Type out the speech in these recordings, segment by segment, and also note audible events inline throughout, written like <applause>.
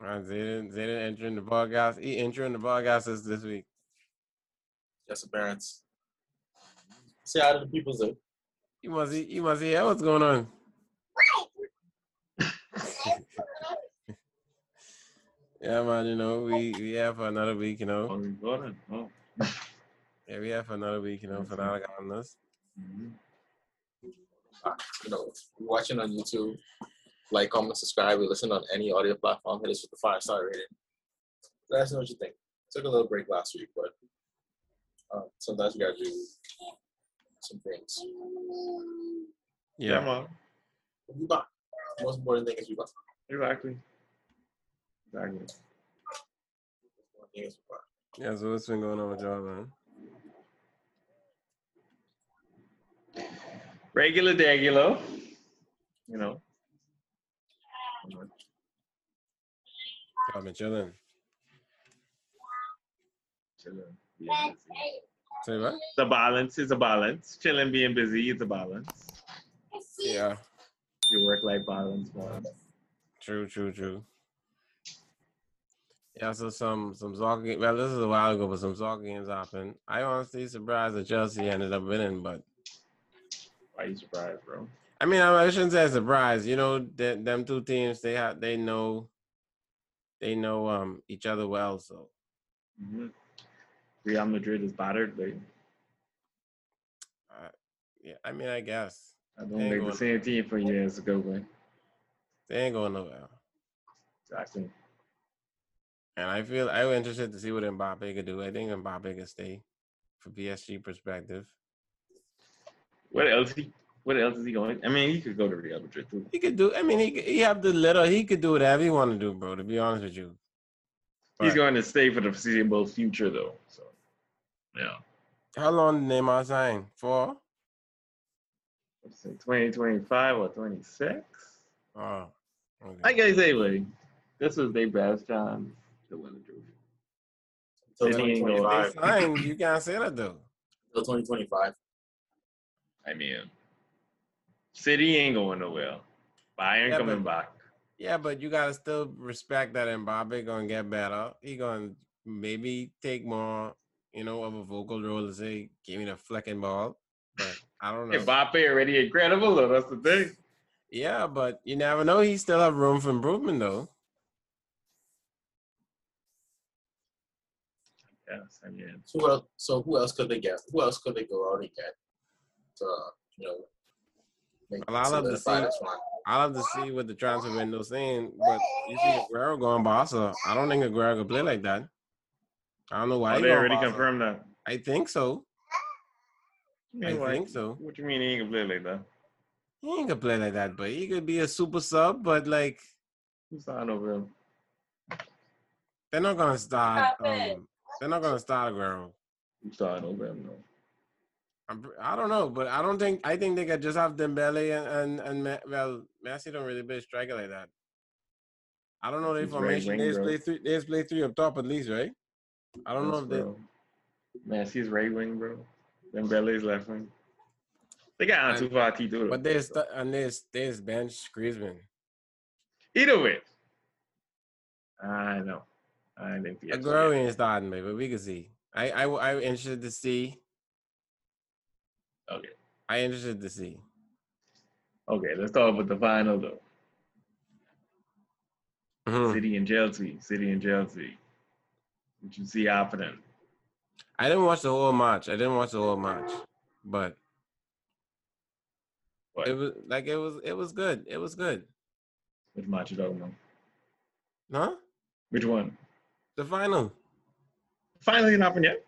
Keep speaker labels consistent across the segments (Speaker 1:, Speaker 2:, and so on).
Speaker 1: Right, Zayden, Zayden entering the bug house. He entering the bug house this, this week.
Speaker 2: Just appearance. Say hi to the people, Zoo.
Speaker 1: You must see. You must see. Hey, what's going on? Yeah, man. You know, we we have for another week. You know,
Speaker 3: Oh, you got it. Oh.
Speaker 1: yeah, we have for another week. You know, for another guy on us.
Speaker 3: mhm.
Speaker 2: You know, if you're watching on YouTube, like, comment, subscribe. We listen on any audio platform. Hit us with the five star rating. Let us know what you think. Took a little break last week, but uh, sometimes we gotta do some things.
Speaker 3: Yeah,
Speaker 1: Yeah.
Speaker 3: man.
Speaker 2: We back. Most important thing is we back.
Speaker 3: Exactly. Exactly.
Speaker 2: Most important thing is we back.
Speaker 1: Yeah. So what's been going on with y'all, man?
Speaker 3: Regular degular. You know.
Speaker 1: Y'all been chilling.
Speaker 3: Chilling. Yeah.
Speaker 1: Say what?
Speaker 3: The balance is a balance. Chilling, being busy is a balance.
Speaker 1: <laughs> Yeah.
Speaker 3: Your work life balance, man.
Speaker 1: True. True. True. Yeah, so some some soccer game. Well, this is a while ago, but some soccer games happened. I honestly surprised that Chelsea ended up winning, but
Speaker 3: Why you surprised, bro?
Speaker 1: I mean, I I shouldn't say a surprise. You know, th- them two teams, they have, they know, they know um each other well. So
Speaker 3: hmm Real Madrid is battered, but
Speaker 1: yeah, I mean, I guess
Speaker 3: I don't
Speaker 1: Ain't
Speaker 3: make
Speaker 1: going-
Speaker 3: the same team for years ago, but
Speaker 1: they ain't going nowhere.
Speaker 3: exactly.
Speaker 1: And I feel I'm interested to see what Mbappe could do. I think Mbappe could stay, for PSG perspective.
Speaker 3: What else? He, what else is he going? I mean, he could go to Real Madrid too.
Speaker 1: He could do. I mean, he could- he have the little. He could do whatever he want to do, bro. To be honest with you,
Speaker 3: He's
Speaker 1: But
Speaker 3: going to stay for the foreseeable future, though. So, yeah,
Speaker 1: How long did Neymar sign for?
Speaker 3: Let's say 2025 or 26.
Speaker 1: Oh, okay.
Speaker 3: I guess anyway, this was their best chance to win the trophy.
Speaker 2: Till
Speaker 3: They ain't going.
Speaker 2: 2025.
Speaker 1: They signed, you can't say that though.
Speaker 2: Till 2025.
Speaker 3: I mean, City ain't going nowhere. Bayern
Speaker 1: Yeah,
Speaker 3: coming
Speaker 1: but-
Speaker 3: back.
Speaker 1: Yeah, but you gotta still respect that Mbappe gonna get better. He gonna maybe take more, you know, of a vocal role to say, give me the flecking ball. But I don't know.
Speaker 3: Mbappe already incredible, though. That's the thing.
Speaker 1: Yeah, but you never know. He still have room for improvement though.
Speaker 3: Yes, I mean,
Speaker 2: So who else, so who else could they get? Who else could they go out and get to you know make
Speaker 1: Well, I love to
Speaker 2: solidify
Speaker 1: see-
Speaker 2: this one?
Speaker 1: I'll have to see what the transfer window's saying. But you see Aguero going Barca. I don't think Aguero could play like that. I don't know why.
Speaker 3: oh,
Speaker 1: he
Speaker 3: they
Speaker 1: going
Speaker 3: already
Speaker 1: Barca.
Speaker 3: confirmed that.
Speaker 1: I think so. I
Speaker 3: Anyway,
Speaker 1: think so.
Speaker 3: What you mean he ain't gonna play like that?
Speaker 1: He ain't gonna play like that, but he could be a super sub, but like
Speaker 3: Who's signing over him?
Speaker 1: they're not gonna start
Speaker 4: Stop it.
Speaker 1: um, they're not gonna start Aguero.
Speaker 3: Who's signing over him? No.
Speaker 1: I'm, pr- I don't know, but I don't think I think they could just have Dembele and and, and Me- well, Messi don't really play striker like that. I don't know their
Speaker 3: He's right
Speaker 1: formation.
Speaker 3: wing,
Speaker 1: They just
Speaker 3: bro.
Speaker 1: play three. They just play three up top at least, right? I don't know if they.
Speaker 3: Man, she's right wing, bro. Then Belly's left wing. They got
Speaker 1: And-
Speaker 3: Antufati too.
Speaker 1: But there's th- and there's there's bench Griezmann.
Speaker 3: either way. I know. I think the
Speaker 1: Aguero ain't starting, baby. We can see. I I I interested to see.
Speaker 3: Okay.
Speaker 1: I interested to see.
Speaker 3: Okay, let's talk about the final though.
Speaker 1: Mhm.
Speaker 3: City and Chelsea. City and Chelsea. What you see happening?
Speaker 1: I didn't watch the whole match. I didn't watch the whole match, but
Speaker 3: What?
Speaker 1: it was like it was it was good. It was good.
Speaker 3: Which match you talking about?
Speaker 1: Huh?
Speaker 3: Which one?
Speaker 1: The final.
Speaker 3: Finally, it happened yet.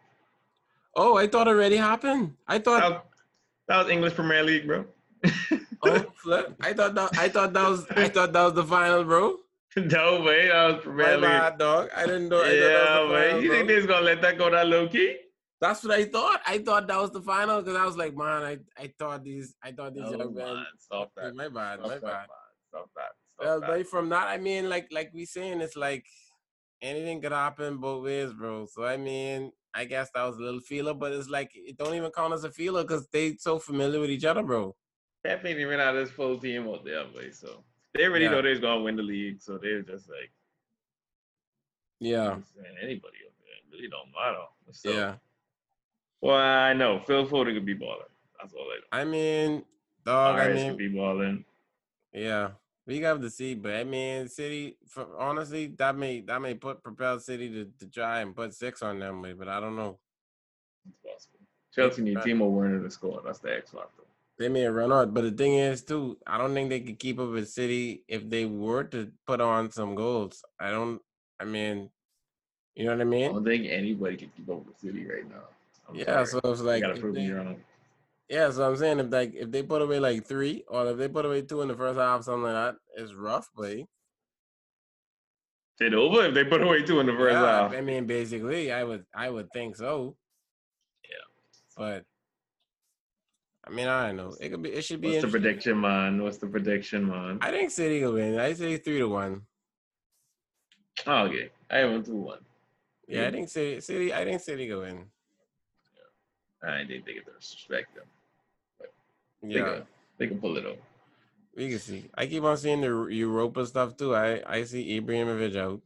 Speaker 1: Oh, I thought already happened. I
Speaker 3: That
Speaker 1: thought
Speaker 3: was, that was English Premier League, bro. <laughs>
Speaker 1: oh flip. I thought that I thought that was I thought that was the final, bro.
Speaker 3: no way, that was
Speaker 1: My
Speaker 3: Premier League.
Speaker 1: bad, dog. I didn't know. I thought that
Speaker 3: Yeah,
Speaker 1: was the
Speaker 3: man.
Speaker 1: final,
Speaker 3: You think
Speaker 1: bro.
Speaker 3: they's gonna let that go that low key?
Speaker 1: That's what I thought. I thought that was the final because I was like, man, I, I thought these I thought these
Speaker 3: Oh,
Speaker 1: young
Speaker 3: man,
Speaker 1: men.
Speaker 3: stop that.
Speaker 1: My bad,
Speaker 3: Stop
Speaker 1: my
Speaker 3: that,
Speaker 1: bad.
Speaker 3: man. Stop that. Stop
Speaker 1: Well,
Speaker 3: that.
Speaker 1: Uh, but from that, I mean, like like we saying, it's like anything could happen both ways, bro. So I mean, I guess that was a little feeler, but it's like it don't even count as a feeler because they so familiar with each other, bro.
Speaker 3: Pep ain't even out his full team out there, boy. So they already
Speaker 1: Yeah.
Speaker 3: know they're gonna win the league. So they're just like,
Speaker 1: Yeah.
Speaker 3: Man, anybody over there it really don't matter. So,
Speaker 1: Oh. Yeah.
Speaker 3: Well, I know Phil Foden could be balling. That's all I
Speaker 1: I mean, dog.
Speaker 3: know.
Speaker 1: I
Speaker 3: Arias
Speaker 1: mean,
Speaker 3: could be balling.
Speaker 1: Yeah, we got to see, but I mean, City. For, honestly, that may that may put propel City to, to try and put six on them, but I don't know.
Speaker 3: It's possible. Chelsea need
Speaker 1: Right.
Speaker 3: Timo Werner to score. That's the X factor.
Speaker 1: They may run out, but the thing is, too, I don't think they could keep up with City if they were to put on some goals. I don't. I mean, you know what I
Speaker 3: I
Speaker 1: mean?
Speaker 3: don't think anybody can keep up with City right now. I'm
Speaker 1: Yeah.
Speaker 3: sorry.
Speaker 1: So it's
Speaker 3: You
Speaker 1: like,
Speaker 3: gotta
Speaker 1: if
Speaker 3: prove
Speaker 1: they-
Speaker 3: me wrong.
Speaker 1: yeah. So I'm saying, if like if they put away like three, or if they put away two in the first half, something like that, it's rough, but.
Speaker 3: It's over if they put away two in the first
Speaker 1: Yeah,
Speaker 3: half.
Speaker 1: I mean, basically, I would, I would think so.
Speaker 3: Yeah.
Speaker 1: but I mean, I don't know. It could be, it should be.
Speaker 3: What's the
Speaker 1: interesting.
Speaker 3: prediction, man? What's the prediction, man?
Speaker 1: I think City will win. I say three to one.
Speaker 3: Oh, okay. I have one two one.
Speaker 1: Yeah,
Speaker 3: Mm-hmm.
Speaker 1: I think City, City, I think City will win.
Speaker 3: I think they get to respect them. They,
Speaker 1: Yeah,
Speaker 3: can, they can pull it off.
Speaker 1: we can see. I keep on seeing the Europa stuff too. I, I see Ibrahimovic out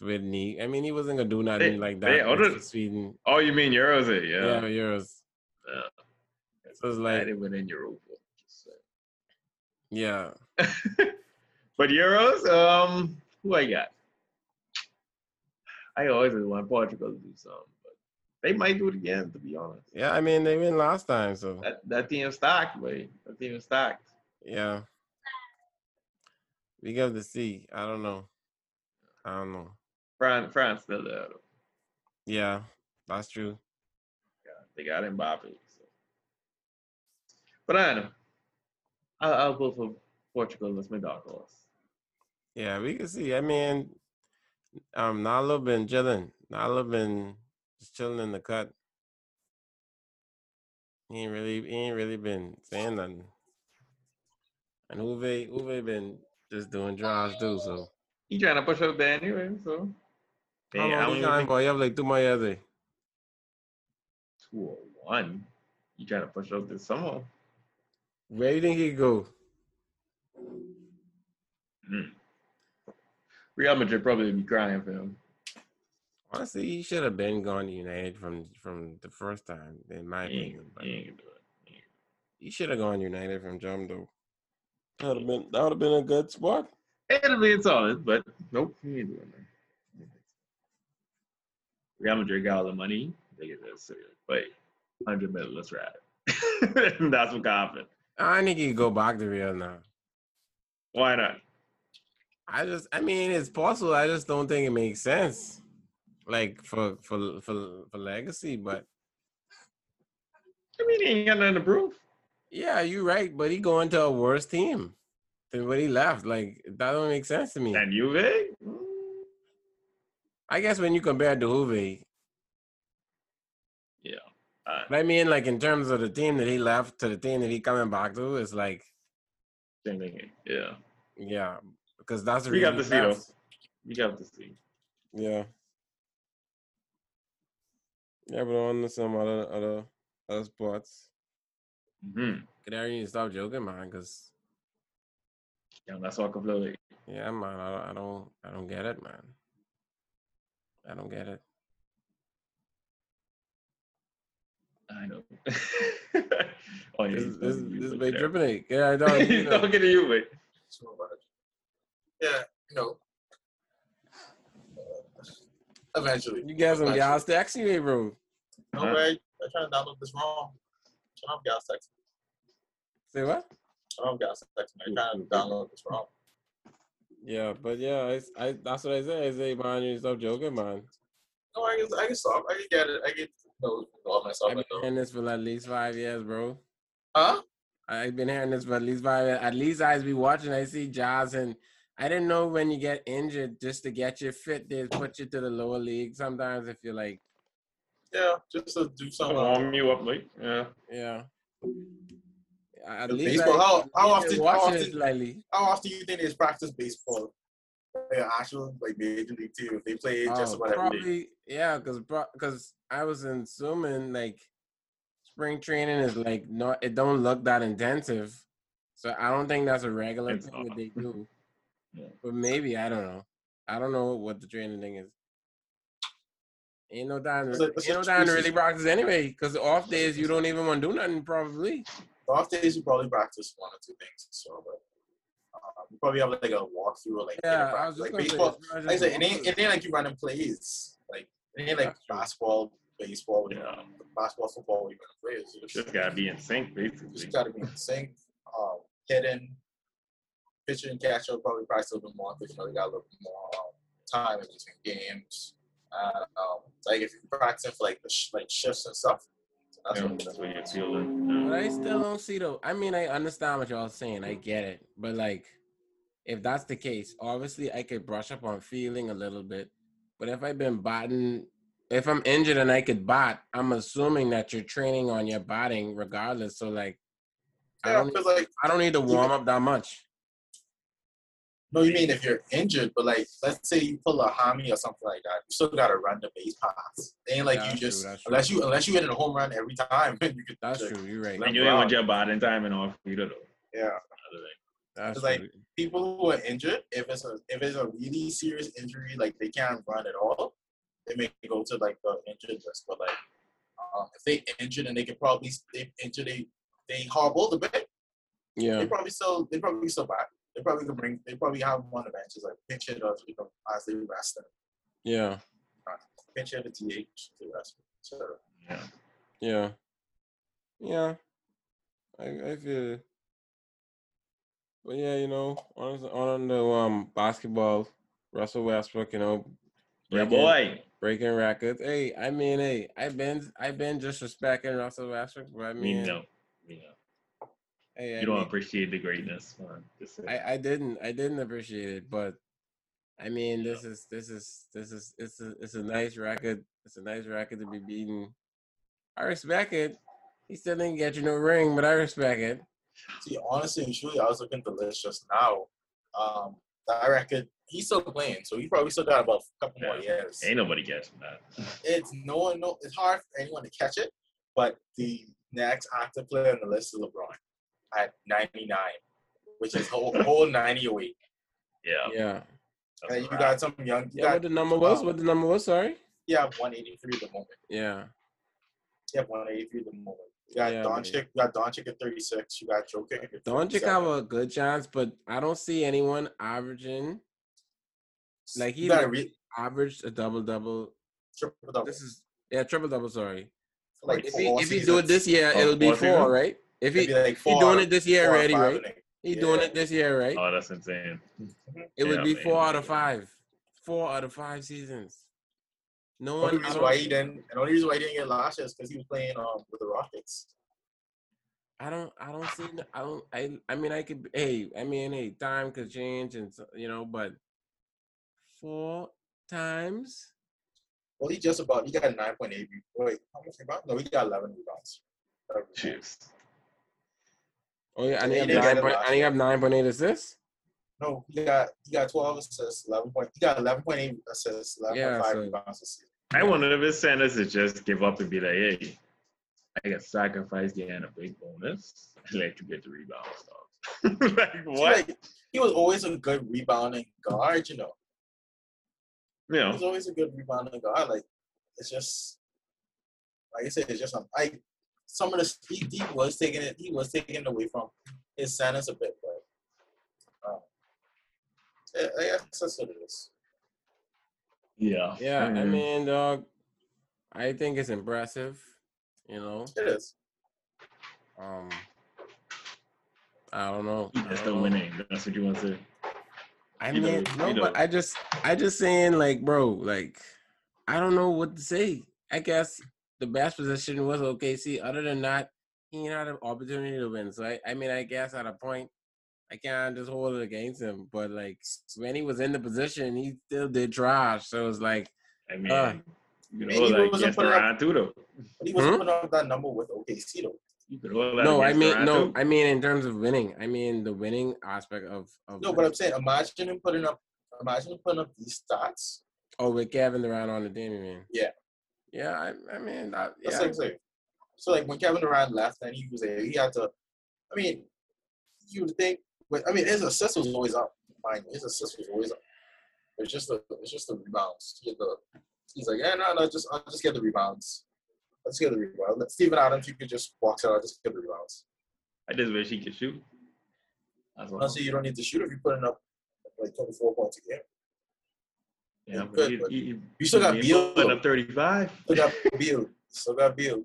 Speaker 1: with knee. I mean, he wasn't gonna do nothing like that.
Speaker 3: they
Speaker 1: against
Speaker 3: ordered-
Speaker 1: Sweden.
Speaker 3: Oh, you mean Euros? eh?
Speaker 1: Yeah,
Speaker 3: Yeah.
Speaker 1: Euros.
Speaker 3: yeah.
Speaker 1: So it's
Speaker 3: I
Speaker 1: like,
Speaker 3: didn't win in Europa. So.
Speaker 1: yeah,
Speaker 3: But Euros, um, who I got? I always want Portugal to do something, but they might do it again. To be honest,
Speaker 1: yeah. I mean, they win last time, so
Speaker 3: that that team is stacked, boy. That team is stacked.
Speaker 1: Yeah. We got to see. I don't know. I don't know.
Speaker 3: France, France still there. Though.
Speaker 1: Yeah, that's true.
Speaker 3: Yeah, they got Mbappe. So. But I don't know. I'll, I'll go for Portugal. That's my dark horse.
Speaker 1: Yeah, we can see. I mean, um, Nalo been chilling. Nalo been just chilling in the cut. He ain't really, he ain't really been saying nothing. And Uwe, Uwe been just doing drives too. So
Speaker 3: He trying to push up there anyway, so.
Speaker 1: how
Speaker 3: Man,
Speaker 1: long
Speaker 3: I don't
Speaker 1: you
Speaker 3: even
Speaker 1: gone
Speaker 3: think
Speaker 1: for? You have like two more years. eh?
Speaker 3: 201. You trying to push up this summer?
Speaker 1: Where you think he go?
Speaker 3: Real Madrid probably be crying for him.
Speaker 1: Honestly, he should have been gone to United from from the first time, in my
Speaker 3: He ain't,
Speaker 1: opinion. But
Speaker 3: he ain't gonna do it.
Speaker 1: He should have gone United from Jump though. That would have been that would have been a good spot.
Speaker 3: It'll be solid, but nope, he ain't doing that. Real Madrid got all the money. They get that serious. But 100 million, let's ride <laughs> it. That's what happened.
Speaker 1: I think he go back to Real now.
Speaker 3: Why not?
Speaker 1: I just I mean it's possible. I just don't think it makes sense. Like for for for for legacy, but
Speaker 3: I mean, he ain't got nothing to prove.
Speaker 1: yeah, you're right. But he going to a worse team than what he left. Like that don't make sense to me.
Speaker 3: And Mm, Juve?
Speaker 1: I guess when you compare it to Juve,
Speaker 3: Yeah. Uh,
Speaker 1: but I mean like in terms of the team that he left to the team that he coming back to, it's like
Speaker 3: same thing. Yeah.
Speaker 1: yeah, because that's the
Speaker 3: We got
Speaker 1: reason
Speaker 3: to
Speaker 1: he
Speaker 3: see, though.
Speaker 1: left.
Speaker 3: We got to see.
Speaker 1: Yeah. Yeah, but on to some other other other spots.
Speaker 3: hmm
Speaker 1: Canary need to stop joking, man, because
Speaker 3: Yeah, that's all completely.
Speaker 1: yeah, man, I don't, I don't I don't get it, man. I don't get it.
Speaker 3: I know. <laughs> oh, yeah,
Speaker 1: This
Speaker 3: he's
Speaker 1: is- this
Speaker 3: talking to
Speaker 1: is-
Speaker 3: you,
Speaker 1: this is
Speaker 3: but
Speaker 1: big
Speaker 3: yeah.
Speaker 1: dripping it. <laughs> Yeah, I don't
Speaker 3: He's
Speaker 1: know.
Speaker 3: talking to <laughs> you, wait.
Speaker 2: It's not bad. Yeah, you know. Uh, eventually.
Speaker 1: You guys some
Speaker 2: Eventually.
Speaker 1: gas tax you ain't, bro.
Speaker 2: No
Speaker 1: Uh-huh.
Speaker 3: Huh?
Speaker 2: way. I'm trying to download this wrong. Turn off gas text.
Speaker 1: Say what?
Speaker 2: Turn off gas text. I'm trying to
Speaker 1: Mm-hmm.
Speaker 2: download this wrong.
Speaker 1: Yeah, but yeah, I, I that's what I said. I say, man, you stop joking, man.
Speaker 2: No, I can, I can stop. I can get it. I can no, all myself.
Speaker 1: I've
Speaker 2: I
Speaker 1: been
Speaker 2: know.
Speaker 1: hearing this for at least five years, bro.
Speaker 2: Huh?
Speaker 1: I've been hearing this for at least five. At least I be watching. I see Jazz, and I didn't know when you get injured, just to get you fit, they put you to the lower league. Sometimes if you're like,
Speaker 2: Yeah, just to do something.
Speaker 3: Warm you up, like, yeah.
Speaker 1: yeah. At
Speaker 2: The
Speaker 1: least
Speaker 2: uh, baseball,
Speaker 1: I,
Speaker 2: how-
Speaker 1: I've
Speaker 2: how
Speaker 1: been
Speaker 2: often- how
Speaker 1: watching
Speaker 2: often-
Speaker 1: it slightly.
Speaker 2: How often do you think they practice baseball? Like an actual like major league team. If they play just
Speaker 1: Oh,
Speaker 2: about every league.
Speaker 1: probably yeah, because because I was assuming like spring training is like not it don't look that intensive, so I don't think that's a regular
Speaker 3: It's
Speaker 1: thing that
Speaker 2: <laughs>
Speaker 3: not.
Speaker 1: they do.
Speaker 3: Yeah.
Speaker 1: But maybe I don't know. I don't know what the training thing is. Ain't no time.
Speaker 2: It's a- it's
Speaker 1: ain't no
Speaker 2: a
Speaker 1: time to
Speaker 2: preseason.
Speaker 1: really practice anyway. Cause off days you don't even want to do nothing probably.
Speaker 2: off days you probably practice one or two things. So, but uh, you probably have like a walkthrough or like
Speaker 1: Yeah,
Speaker 2: inter-
Speaker 1: I was just
Speaker 2: like
Speaker 1: gonna say,
Speaker 2: baseball.
Speaker 1: it's not
Speaker 2: Like I
Speaker 1: just
Speaker 2: said, it ain't,
Speaker 1: walkthrough.
Speaker 2: it ain't like you running plays. Like it ain't like
Speaker 1: That's true.
Speaker 2: basketball, baseball, you know,
Speaker 3: Yeah.
Speaker 2: basketball, football. where You running plays. You just,
Speaker 3: Just gotta be in sync,
Speaker 2: you
Speaker 3: basically.
Speaker 2: just gotta be in sync. Um, hit in, pitcher and catcher will probably practice a little bit more because you know they got a little bit more um, time in between games. Uh, um, like if you're practicing for like the sh- like shifts and stuff, that's
Speaker 3: Yeah,
Speaker 2: what
Speaker 3: That's what you're feeling.
Speaker 1: But
Speaker 3: Yeah.
Speaker 1: I
Speaker 2: Mm-hmm.
Speaker 1: still don't see though. I mean, I understand what y'all saying. I get it. But like, if that's the case, obviously I could brush up on feeling a little bit. But if I've been batting, if I'm injured and I could bat, I'm assuming that you're training on your batting regardless. So like, I
Speaker 2: yeah,
Speaker 1: don't,
Speaker 2: because like
Speaker 1: I don't need to warm up that much.
Speaker 2: No, you mean if you're injured, but like let's say you pull a hammy or something like that, you still gotta run the base paths. They ain't like
Speaker 1: Yeah,
Speaker 2: you
Speaker 1: that's true,
Speaker 2: just
Speaker 1: that's true.
Speaker 2: unless you unless you hit a home run every time. <laughs> you could,
Speaker 1: That's
Speaker 2: like,
Speaker 1: true. You're right.
Speaker 3: And you ain't want your body in time and off either, though.
Speaker 2: Yeah,
Speaker 1: That's
Speaker 2: It's like-
Speaker 1: true.
Speaker 2: people who are injured, if it's a if it's a really serious injury, like they can't run at all, they may go to like the injured list. But like um, if they injured and they could probably they injured they they hobbled a bit,
Speaker 1: Yeah.
Speaker 2: they probably still they probably still back. They probably could bring they probably have one of the benches like pinch it or you know as they rest them.
Speaker 1: Yeah.
Speaker 2: pinch hit a DH to us. So
Speaker 3: Yeah.
Speaker 1: Yeah. Yeah. I I feel it. But yeah, you know, on on the um basketball, Russell Westbrook, you know,
Speaker 3: Yeah,
Speaker 1: breaking-
Speaker 3: boy.
Speaker 1: breaking records. Hey, I mean, hey, I've been I've been disrespecting Russell Westbrook, but I
Speaker 3: We
Speaker 1: mean,
Speaker 3: know. We know.
Speaker 1: hey, I,
Speaker 3: You don't
Speaker 1: mean,
Speaker 3: appreciate the greatness. man. Just-
Speaker 1: I I didn't I didn't appreciate it, but I mean, this is this is this is it's a it's a nice record. It's a nice record to be beaten. I respect it. He still didn't get you no ring, but I respect it.
Speaker 2: see, honestly and truly, I was looking at the list just now. Um, that record, he's still playing, so he probably still got about a couple more years.
Speaker 3: Ain't nobody catching that.
Speaker 2: It's no one, no, it's hard for anyone to catch it. But the next active player on the list is LeBron at 99, which is whole whole 90 away.
Speaker 3: Yeah.
Speaker 1: Yeah.
Speaker 3: that's
Speaker 2: And you
Speaker 3: a wrap.
Speaker 2: got some young, you
Speaker 1: Yeah, what
Speaker 2: got
Speaker 1: the number was?
Speaker 2: uh,
Speaker 1: What the number was? Sorry.
Speaker 2: you have 183 at the moment.
Speaker 1: Yeah.
Speaker 2: You have 183 at the moment. You got
Speaker 1: Yeah, man.
Speaker 2: Doncic, you got Doncic at 36. You got Jokic at
Speaker 1: Doncic
Speaker 2: 37.
Speaker 1: have a good chance, but I don't see anyone averaging like, he
Speaker 2: you got a
Speaker 1: like-
Speaker 2: re-
Speaker 1: averaged a double double.
Speaker 2: triple double.
Speaker 1: This is yeah, triple double. Sorry.
Speaker 2: like
Speaker 1: If
Speaker 2: four
Speaker 1: he if he
Speaker 2: seasons.
Speaker 1: do it this year,
Speaker 3: Oh,
Speaker 1: it'll be
Speaker 3: four seasons?
Speaker 1: four, right? If
Speaker 2: It'd
Speaker 1: he
Speaker 2: be like
Speaker 1: he
Speaker 2: four
Speaker 1: doing
Speaker 2: out of-
Speaker 1: it this year
Speaker 2: four out of
Speaker 1: already,
Speaker 2: five
Speaker 1: right?
Speaker 2: in it.
Speaker 1: He doing
Speaker 2: Yeah.
Speaker 1: it this year, right?
Speaker 3: Oh, that's insane.
Speaker 1: It would
Speaker 3: Yeah,
Speaker 1: be
Speaker 3: man,
Speaker 1: four out of
Speaker 3: yeah.
Speaker 1: five. Four out of five seasons. No
Speaker 2: The only
Speaker 1: one. I
Speaker 2: reason
Speaker 1: don't,
Speaker 2: why he didn't, and the only reason why he didn't get last year is because he was playing um with the Rockets.
Speaker 1: I don't. I don't see. n- I don't. I. I mean, I could. Hey. I mean, hey. Time could change, and so- you know, but four times.
Speaker 2: Well, he just about he got nine point eight. Wait, how much rebounds? No, he got eleven rebounds. Eleven rebounds.
Speaker 3: Jeez.
Speaker 1: Oh yeah, and
Speaker 2: Yeah,
Speaker 1: you have
Speaker 2: he did get
Speaker 1: nine
Speaker 2: it
Speaker 1: point.
Speaker 2: last
Speaker 1: And you have nine point eight assists.
Speaker 2: No, he got he got twelve assists, eleven point. He got eleven point eight assists, eleven point
Speaker 1: Yeah,
Speaker 2: five
Speaker 1: so-
Speaker 2: rebounds this season.
Speaker 3: I wonder if his sentence is just give up and be like, hey, I got sacrificed getting a big bonus. <laughs> I like to get the rebound stuff. <laughs> like
Speaker 2: He's
Speaker 3: what?
Speaker 2: Like, he was always a good rebounding guard, you know.
Speaker 3: You
Speaker 2: He was
Speaker 3: know,
Speaker 2: always a good rebounding guard. Like it's just like I said, it's just um, I some of the he, he was taking it he was taking it away from his centers a bit, but um, I, I guess that's what it is.
Speaker 3: yeah.
Speaker 1: Yeah, I
Speaker 3: Mhm.
Speaker 1: mean, dog. I think it's impressive. You know.
Speaker 2: It is.
Speaker 1: Um. I don't know. I
Speaker 3: that's
Speaker 1: don't
Speaker 3: the
Speaker 1: know.
Speaker 3: winning. That's what you want to say.
Speaker 1: I
Speaker 3: You know,
Speaker 1: mean, no,
Speaker 3: you know.
Speaker 1: but I just, I just saying, like, bro, like, I don't know what to say. I guess the best position was OKC. Other than that, he ain't had an opportunity to win. So I, I mean, I guess at a point, I can't just hold it against him. But like, when he was in the position, he still did trash. So it's like,
Speaker 3: I mean,
Speaker 1: Uh,
Speaker 3: you could
Speaker 2: Maybe
Speaker 3: hold
Speaker 2: it
Speaker 3: that
Speaker 2: was a
Speaker 3: against
Speaker 2: player-
Speaker 3: Iran too, though.
Speaker 2: But he was
Speaker 1: Hmm?
Speaker 2: putting up that number with OKC though.
Speaker 3: You could hold that
Speaker 1: no, I
Speaker 3: against
Speaker 1: mean,
Speaker 3: Iran
Speaker 1: no,
Speaker 3: too.
Speaker 1: I mean, in terms of winning, I mean the winning aspect of, of
Speaker 2: No, but I'm saying imagine him putting up imagine him putting up these stats.
Speaker 1: oh, with Kevin Durant on the team, you mean?
Speaker 2: Yeah.
Speaker 1: yeah. I, I mean, I,
Speaker 2: That's
Speaker 1: yeah,
Speaker 2: like, like- so like when Kevin Durant left and he was there, he had to I mean, you would think but I mean his assist was always up. Mind you, his assist was always up. It's just the it's just the rebounds. Get the, he's like, yeah, no, no, just I'll just get the rebounds. Let's get the rebound. Steven Adams, you could just box out, just get the rebounds.
Speaker 3: I just wish he could shoot. That's all.
Speaker 2: Honestly, you don't need to shoot if you're putting up like 24 points a game.
Speaker 3: Yeah,
Speaker 2: you
Speaker 3: but
Speaker 2: could,
Speaker 3: he-
Speaker 2: but
Speaker 3: he- he-
Speaker 2: you still got
Speaker 3: he
Speaker 2: Beal,
Speaker 3: Putting
Speaker 2: though.
Speaker 3: up 35.
Speaker 2: Still got Beal. Still got Beal.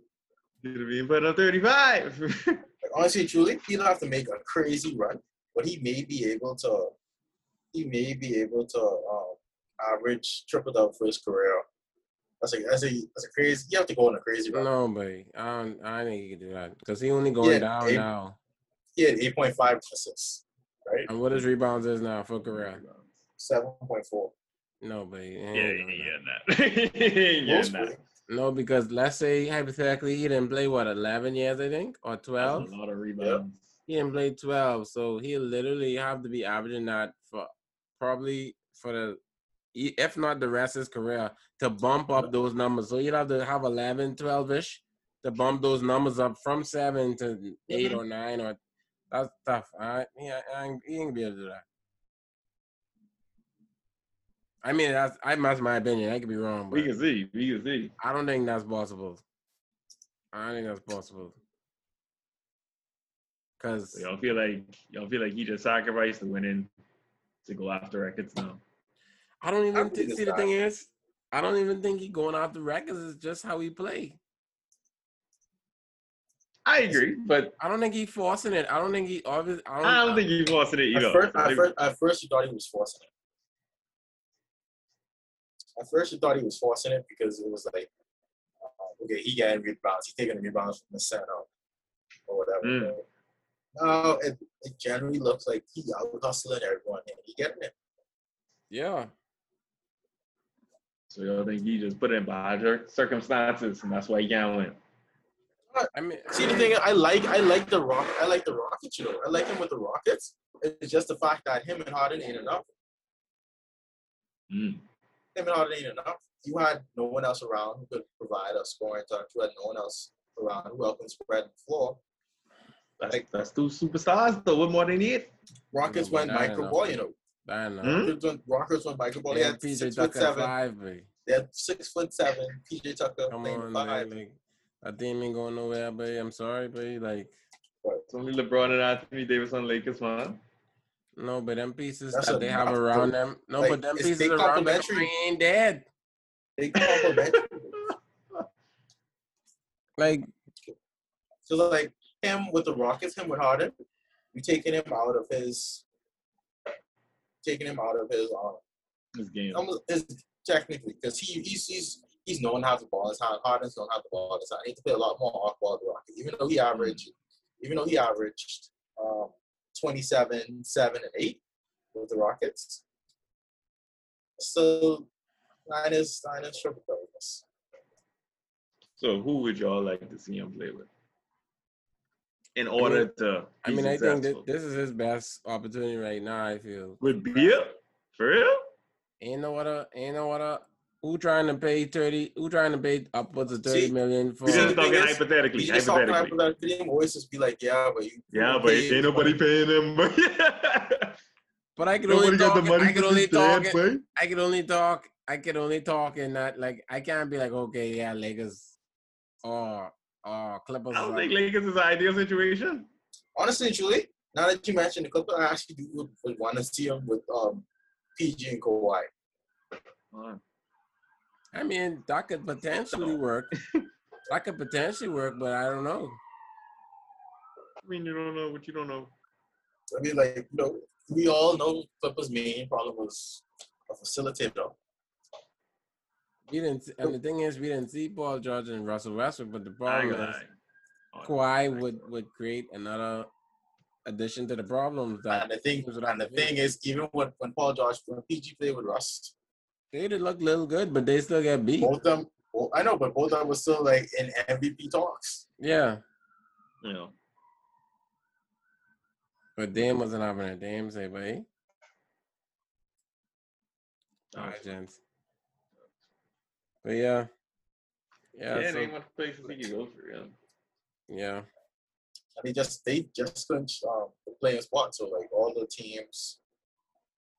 Speaker 3: He'd be putting up 35. <laughs>
Speaker 2: Like honestly, truly, he don't have to make a crazy run, but he may be able to. He may be able to um, average triple double for his career. That's a that's a that's a crazy. You have to go on a crazy run.
Speaker 1: No, buddy. I don't, I don't think he can do that because he only going
Speaker 2: Yeah,
Speaker 1: down
Speaker 2: eight-
Speaker 1: now.
Speaker 2: He had eight point five assists, right?
Speaker 1: And what his rebounds is now for Correa?
Speaker 2: Seven point four.
Speaker 1: Oh, No, buddy.
Speaker 3: Yeah,
Speaker 1: ain't
Speaker 3: yeah,
Speaker 1: doing that.
Speaker 3: yeah, nah. <laughs> yeah, nah.
Speaker 1: No, because let's say hypothetically he didn't play what eleven years, I think, or twelve.
Speaker 3: That's a lot of rebounds.
Speaker 1: He didn't play twelve, so he literally have to be averaging that for probably for the i- if not the rest of his career to bump up those numbers. So you'd have to have 11, 12 ish to bump those numbers up from seven to 8 or nine or that's tough. I yeah, I ain't, he ain't gonna be able to do that. I mean, that's I that's my opinion. I could be wrong, but
Speaker 3: We can see. We can see.
Speaker 1: I don't think that's possible. I don't think that's possible. Cause
Speaker 3: So y'all feel like y'all feel like he just sacrificed the winning to go after records now.
Speaker 1: I don't even
Speaker 2: believe
Speaker 1: think,
Speaker 2: it's
Speaker 1: see the
Speaker 2: not.
Speaker 1: thing is, I don't even think he going off the records. It's just how he play.
Speaker 3: I agree, but
Speaker 1: I don't think he forcing it. I don't think he obviously. I don't,
Speaker 3: I don't think he forced it either.
Speaker 2: At first,
Speaker 3: I
Speaker 2: at
Speaker 3: think-
Speaker 2: first, at first, you thought he was forcing it. At first, you thought he was forcing it because it was like, uh, okay, he getting rebounds, he taking the rebounds from the center or whatever.
Speaker 3: Mm.
Speaker 2: Now it, it generally looks like he out hustling everyone and he getting it.
Speaker 1: Yeah,
Speaker 3: So y'all think he just put it in bad cir- circumstances, and that's why he can't win.
Speaker 1: I mean,
Speaker 2: See the thing, is, I like I like the rock, I like the Rockets. You know, I like him with the Rockets. It's just the fact that him and Harden ain't enough.
Speaker 3: Mm.
Speaker 2: Him and Harden ain't enough. You had no one else around who could provide a scoring touch. You had no one else around who helped him spread the floor.
Speaker 3: That's, that's two superstars, though. What more they need?
Speaker 2: Rockets
Speaker 1: Yeah,
Speaker 2: went
Speaker 1: but I don't
Speaker 2: Michael
Speaker 1: know.
Speaker 2: Ball, you know.
Speaker 1: I don't know.
Speaker 3: Hmm?
Speaker 2: Rockets went, Rockets went Michael Ball. They
Speaker 1: Yeah,
Speaker 2: had
Speaker 1: PJ
Speaker 2: six
Speaker 1: Tucker
Speaker 2: foot
Speaker 1: at
Speaker 2: seven.
Speaker 1: five, baby.
Speaker 2: They had six foot seven. PJ Tucker
Speaker 1: Come
Speaker 2: playing
Speaker 1: on,
Speaker 2: five.
Speaker 1: man. Like, that team ain't going nowhere, baby. I'm sorry, baby. Like,
Speaker 3: It's only LeBron and Anthony Davis on Lakers, man.
Speaker 1: no, but them pieces
Speaker 2: That's
Speaker 1: that
Speaker 2: a
Speaker 1: they have
Speaker 2: lot, though.
Speaker 1: around them, no,
Speaker 2: Like,
Speaker 1: but them
Speaker 2: it's- they
Speaker 1: pieces around them
Speaker 2: complementary.
Speaker 1: ain't dead.
Speaker 2: They complement.
Speaker 1: Like,
Speaker 2: so like him with the Rockets, him with Harden, you taking him out of his, taking him out of his um,
Speaker 3: This game.
Speaker 1: Um,
Speaker 2: almost is technically because he he's, he's he's known how to ball his hand. Harden's known how to ball his hand. He needs to play a lot more off ball than Rocket. Even though he
Speaker 3: Hmm.
Speaker 2: averaged, even though he averaged um, 27, 7, and 8 with the Rockets. So nine is nine is triple doubles.
Speaker 3: So who would y'all like to see him play with? In order to
Speaker 1: I mean, I think
Speaker 3: successful.
Speaker 1: that this is his best opportunity right now. I feel
Speaker 3: with Beal? For real?
Speaker 1: ain't no other, ain't no other. Who trying to pay thirty? Who trying to pay upwards of thirty
Speaker 2: See,
Speaker 1: million
Speaker 3: We just
Speaker 2: the
Speaker 1: for?
Speaker 2: thing
Speaker 3: talking
Speaker 2: is,
Speaker 3: hypothetically.
Speaker 2: He just talked
Speaker 3: Hypothetically.
Speaker 2: about that video always just be like, yeah, but you
Speaker 3: Yeah, but
Speaker 2: you-
Speaker 3: ain't nobody paying him. <laughs> but-
Speaker 1: But I can
Speaker 3: nobody
Speaker 1: only
Speaker 3: got the
Speaker 1: talk.
Speaker 3: money
Speaker 1: I
Speaker 3: for
Speaker 1: can only
Speaker 3: this
Speaker 1: talk.
Speaker 3: damn boy.
Speaker 1: I can only talk. I can only talk and not like I can't be like okay, yeah, Lakers or or Clippers.
Speaker 3: I
Speaker 1: is
Speaker 3: don't
Speaker 1: like-
Speaker 3: think Lakers is an ideal situation.
Speaker 2: honestly, Julie, now that you mentioned the Clippers, I actually do would, would want to see him with um PG and Kawhi.
Speaker 1: I mean, that could potentially work.
Speaker 3: <laughs>
Speaker 1: that could potentially work, but I don't know.
Speaker 3: I mean, you don't know what you don't know.
Speaker 2: I mean, like, you know, we all know Clippers' main problem was a facilitator.
Speaker 1: We didn't. see- And the thing is, we didn't see Paul George and Russell Westbrook, but the
Speaker 3: I ain't
Speaker 1: problem
Speaker 3: gonna
Speaker 1: is.
Speaker 3: lie. Oh,
Speaker 1: Kawhi would would create another addition to the problems that
Speaker 2: And the thing,
Speaker 1: teams would have
Speaker 2: and the
Speaker 1: to face.
Speaker 2: thing is, even when, when Paul George, when PG played with Russ,
Speaker 1: they did look little good, but they still get beat.
Speaker 2: both of them, well, I know, but both of them were still like in MVP talks.
Speaker 1: Yeah,
Speaker 3: You know,
Speaker 1: but Dame wasn't having it. Dame say, "But hey, all right,
Speaker 3: yeah,
Speaker 1: gents." But yeah, yeah,
Speaker 3: yeah
Speaker 1: yeah.
Speaker 3: so, ain't much places he can go for real.
Speaker 1: yeah.
Speaker 2: And they just, they just couldn't um, play in spots. So like all the teams,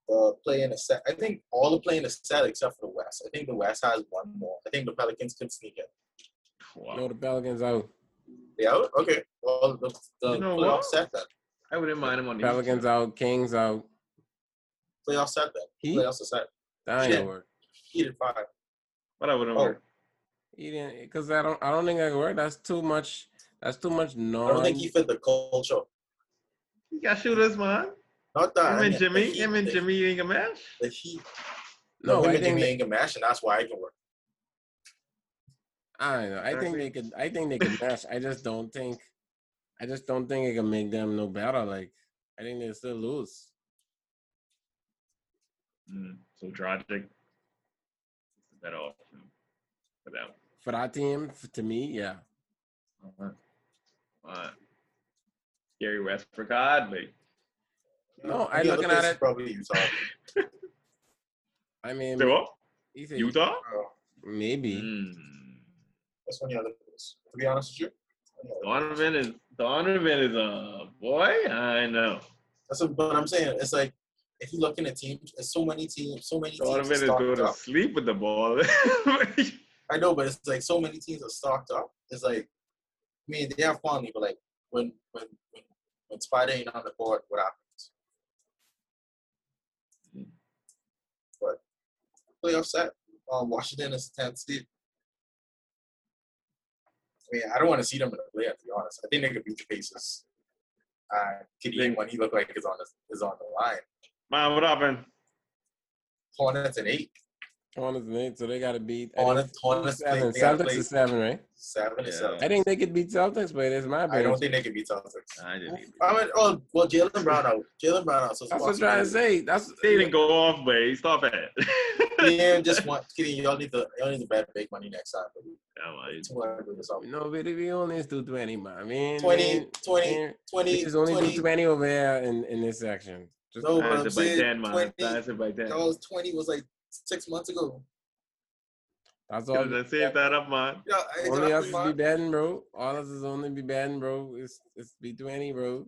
Speaker 2: the play in the set. I think all the play in the set except for the West. I think the West has one more. I think the Pelicans can sneak in.
Speaker 1: No,
Speaker 3: Wow.
Speaker 1: the Pelicans out.
Speaker 2: They out? Okay. Well, the, the
Speaker 3: You know
Speaker 2: playoff
Speaker 3: what?
Speaker 2: set then.
Speaker 3: I wouldn't mind him on the East.
Speaker 1: Pelicans out. Kings out.
Speaker 2: Playoff set then.
Speaker 1: Heat.
Speaker 2: Playoffs are set.
Speaker 1: That ain't
Speaker 2: Shit.
Speaker 1: gonna work.
Speaker 2: Heat at five.
Speaker 3: But I wouldn't
Speaker 2: Oh.
Speaker 3: work.
Speaker 1: He didn't because I don't. I don't think that could work. That's too much. That's too much
Speaker 2: I
Speaker 1: non.
Speaker 2: don't think he fit the culture.
Speaker 3: You got shooters, man.
Speaker 2: Not that.
Speaker 3: Him
Speaker 2: I mean,
Speaker 3: and
Speaker 2: the
Speaker 3: Jimmy,
Speaker 2: Heat-
Speaker 3: him and
Speaker 2: the-
Speaker 3: Jimmy, you ain't gonna match.
Speaker 2: The Heat. No,
Speaker 1: no,
Speaker 2: him
Speaker 1: I
Speaker 2: and
Speaker 1: think.
Speaker 2: Jimmy
Speaker 1: They,
Speaker 2: ain't gonna match, and that's why I can work.
Speaker 1: I don't know. I think they could. I think they could match. I just don't think. I just don't think it can make them no better. Like I think they still lose.
Speaker 3: Mm, so Dragic is a better option for them.
Speaker 1: For that team, f- to me, yeah.
Speaker 3: Uh-huh. Uh, Gary Westbrook, oddly.
Speaker 1: No, I
Speaker 2: The other
Speaker 1: looking
Speaker 2: place
Speaker 1: at
Speaker 2: is
Speaker 1: it.
Speaker 2: Probably Utah.
Speaker 1: I mean,
Speaker 3: They what?
Speaker 1: he said-
Speaker 3: Utah?
Speaker 2: Oh,
Speaker 1: Maybe.
Speaker 3: Mm.
Speaker 2: that's one of the other place. To be honest with you,
Speaker 3: Donovan is Donovan is a boy. I know.
Speaker 2: That's what, but I'm saying it's like if you look in the teams, it's so many teams, so many teams
Speaker 3: Donovan
Speaker 2: are
Speaker 3: is going
Speaker 2: stocked
Speaker 3: to
Speaker 2: up.
Speaker 3: sleep with the ball. <laughs>
Speaker 2: I know, but it's like so many teams are stocked up. It's like, I mean, they have quality, but like when when when, when Spider ain't on the board, what happens? But playoff set, um, Washington is tenth seed. I mean, I don't want to see them in the playoff. To be honest, I think they could beat the Pacers. Uh, Kitty,
Speaker 3: Think-
Speaker 2: when he looked like is on the, is on the line.
Speaker 3: Man, what happened?
Speaker 2: Hornets and eight.
Speaker 1: Hornets and eight, so they gotta beat. I think
Speaker 2: Hornets, Hornets, they,
Speaker 1: seven.
Speaker 2: they gotta
Speaker 1: Celtics
Speaker 2: play
Speaker 1: is seven, right?
Speaker 2: seven
Speaker 3: Yeah.
Speaker 2: and seven.
Speaker 1: I think they could beat Celtics, but it's my
Speaker 2: I
Speaker 1: bad.
Speaker 2: don't think they can beat Celtics.
Speaker 3: I didn't even.
Speaker 2: I mean, oh well, Jalen Brown out. Jalen Brown out. So it's
Speaker 1: That's what I'm trying to
Speaker 2: Washington.
Speaker 1: say. That's
Speaker 3: They didn't go off, but stop it.
Speaker 2: Yeah, just one. <laughs> Kidding. Y'all need to. Y'all need to bet big money next time.
Speaker 3: Nah, man.
Speaker 2: Two hundred or something.
Speaker 1: No, but we only do twenty, man. I mean,
Speaker 2: 20, 20,
Speaker 1: man,
Speaker 2: 20,
Speaker 1: It's only
Speaker 2: 20.
Speaker 1: do twenty over here in, in this section. Just,
Speaker 2: No, but
Speaker 3: Times
Speaker 2: I'm
Speaker 3: it by
Speaker 2: saying
Speaker 3: 10, man.
Speaker 2: 20
Speaker 3: Times it by 10.
Speaker 2: Y'all's twenty was like six months ago.
Speaker 1: that's all.
Speaker 3: Could've Save that up, man.
Speaker 2: Yeah,
Speaker 1: Only us
Speaker 2: exactly.
Speaker 1: is
Speaker 2: man.
Speaker 1: be betting, bro. All us is only be betting, bro. It's it's be twenty, bro.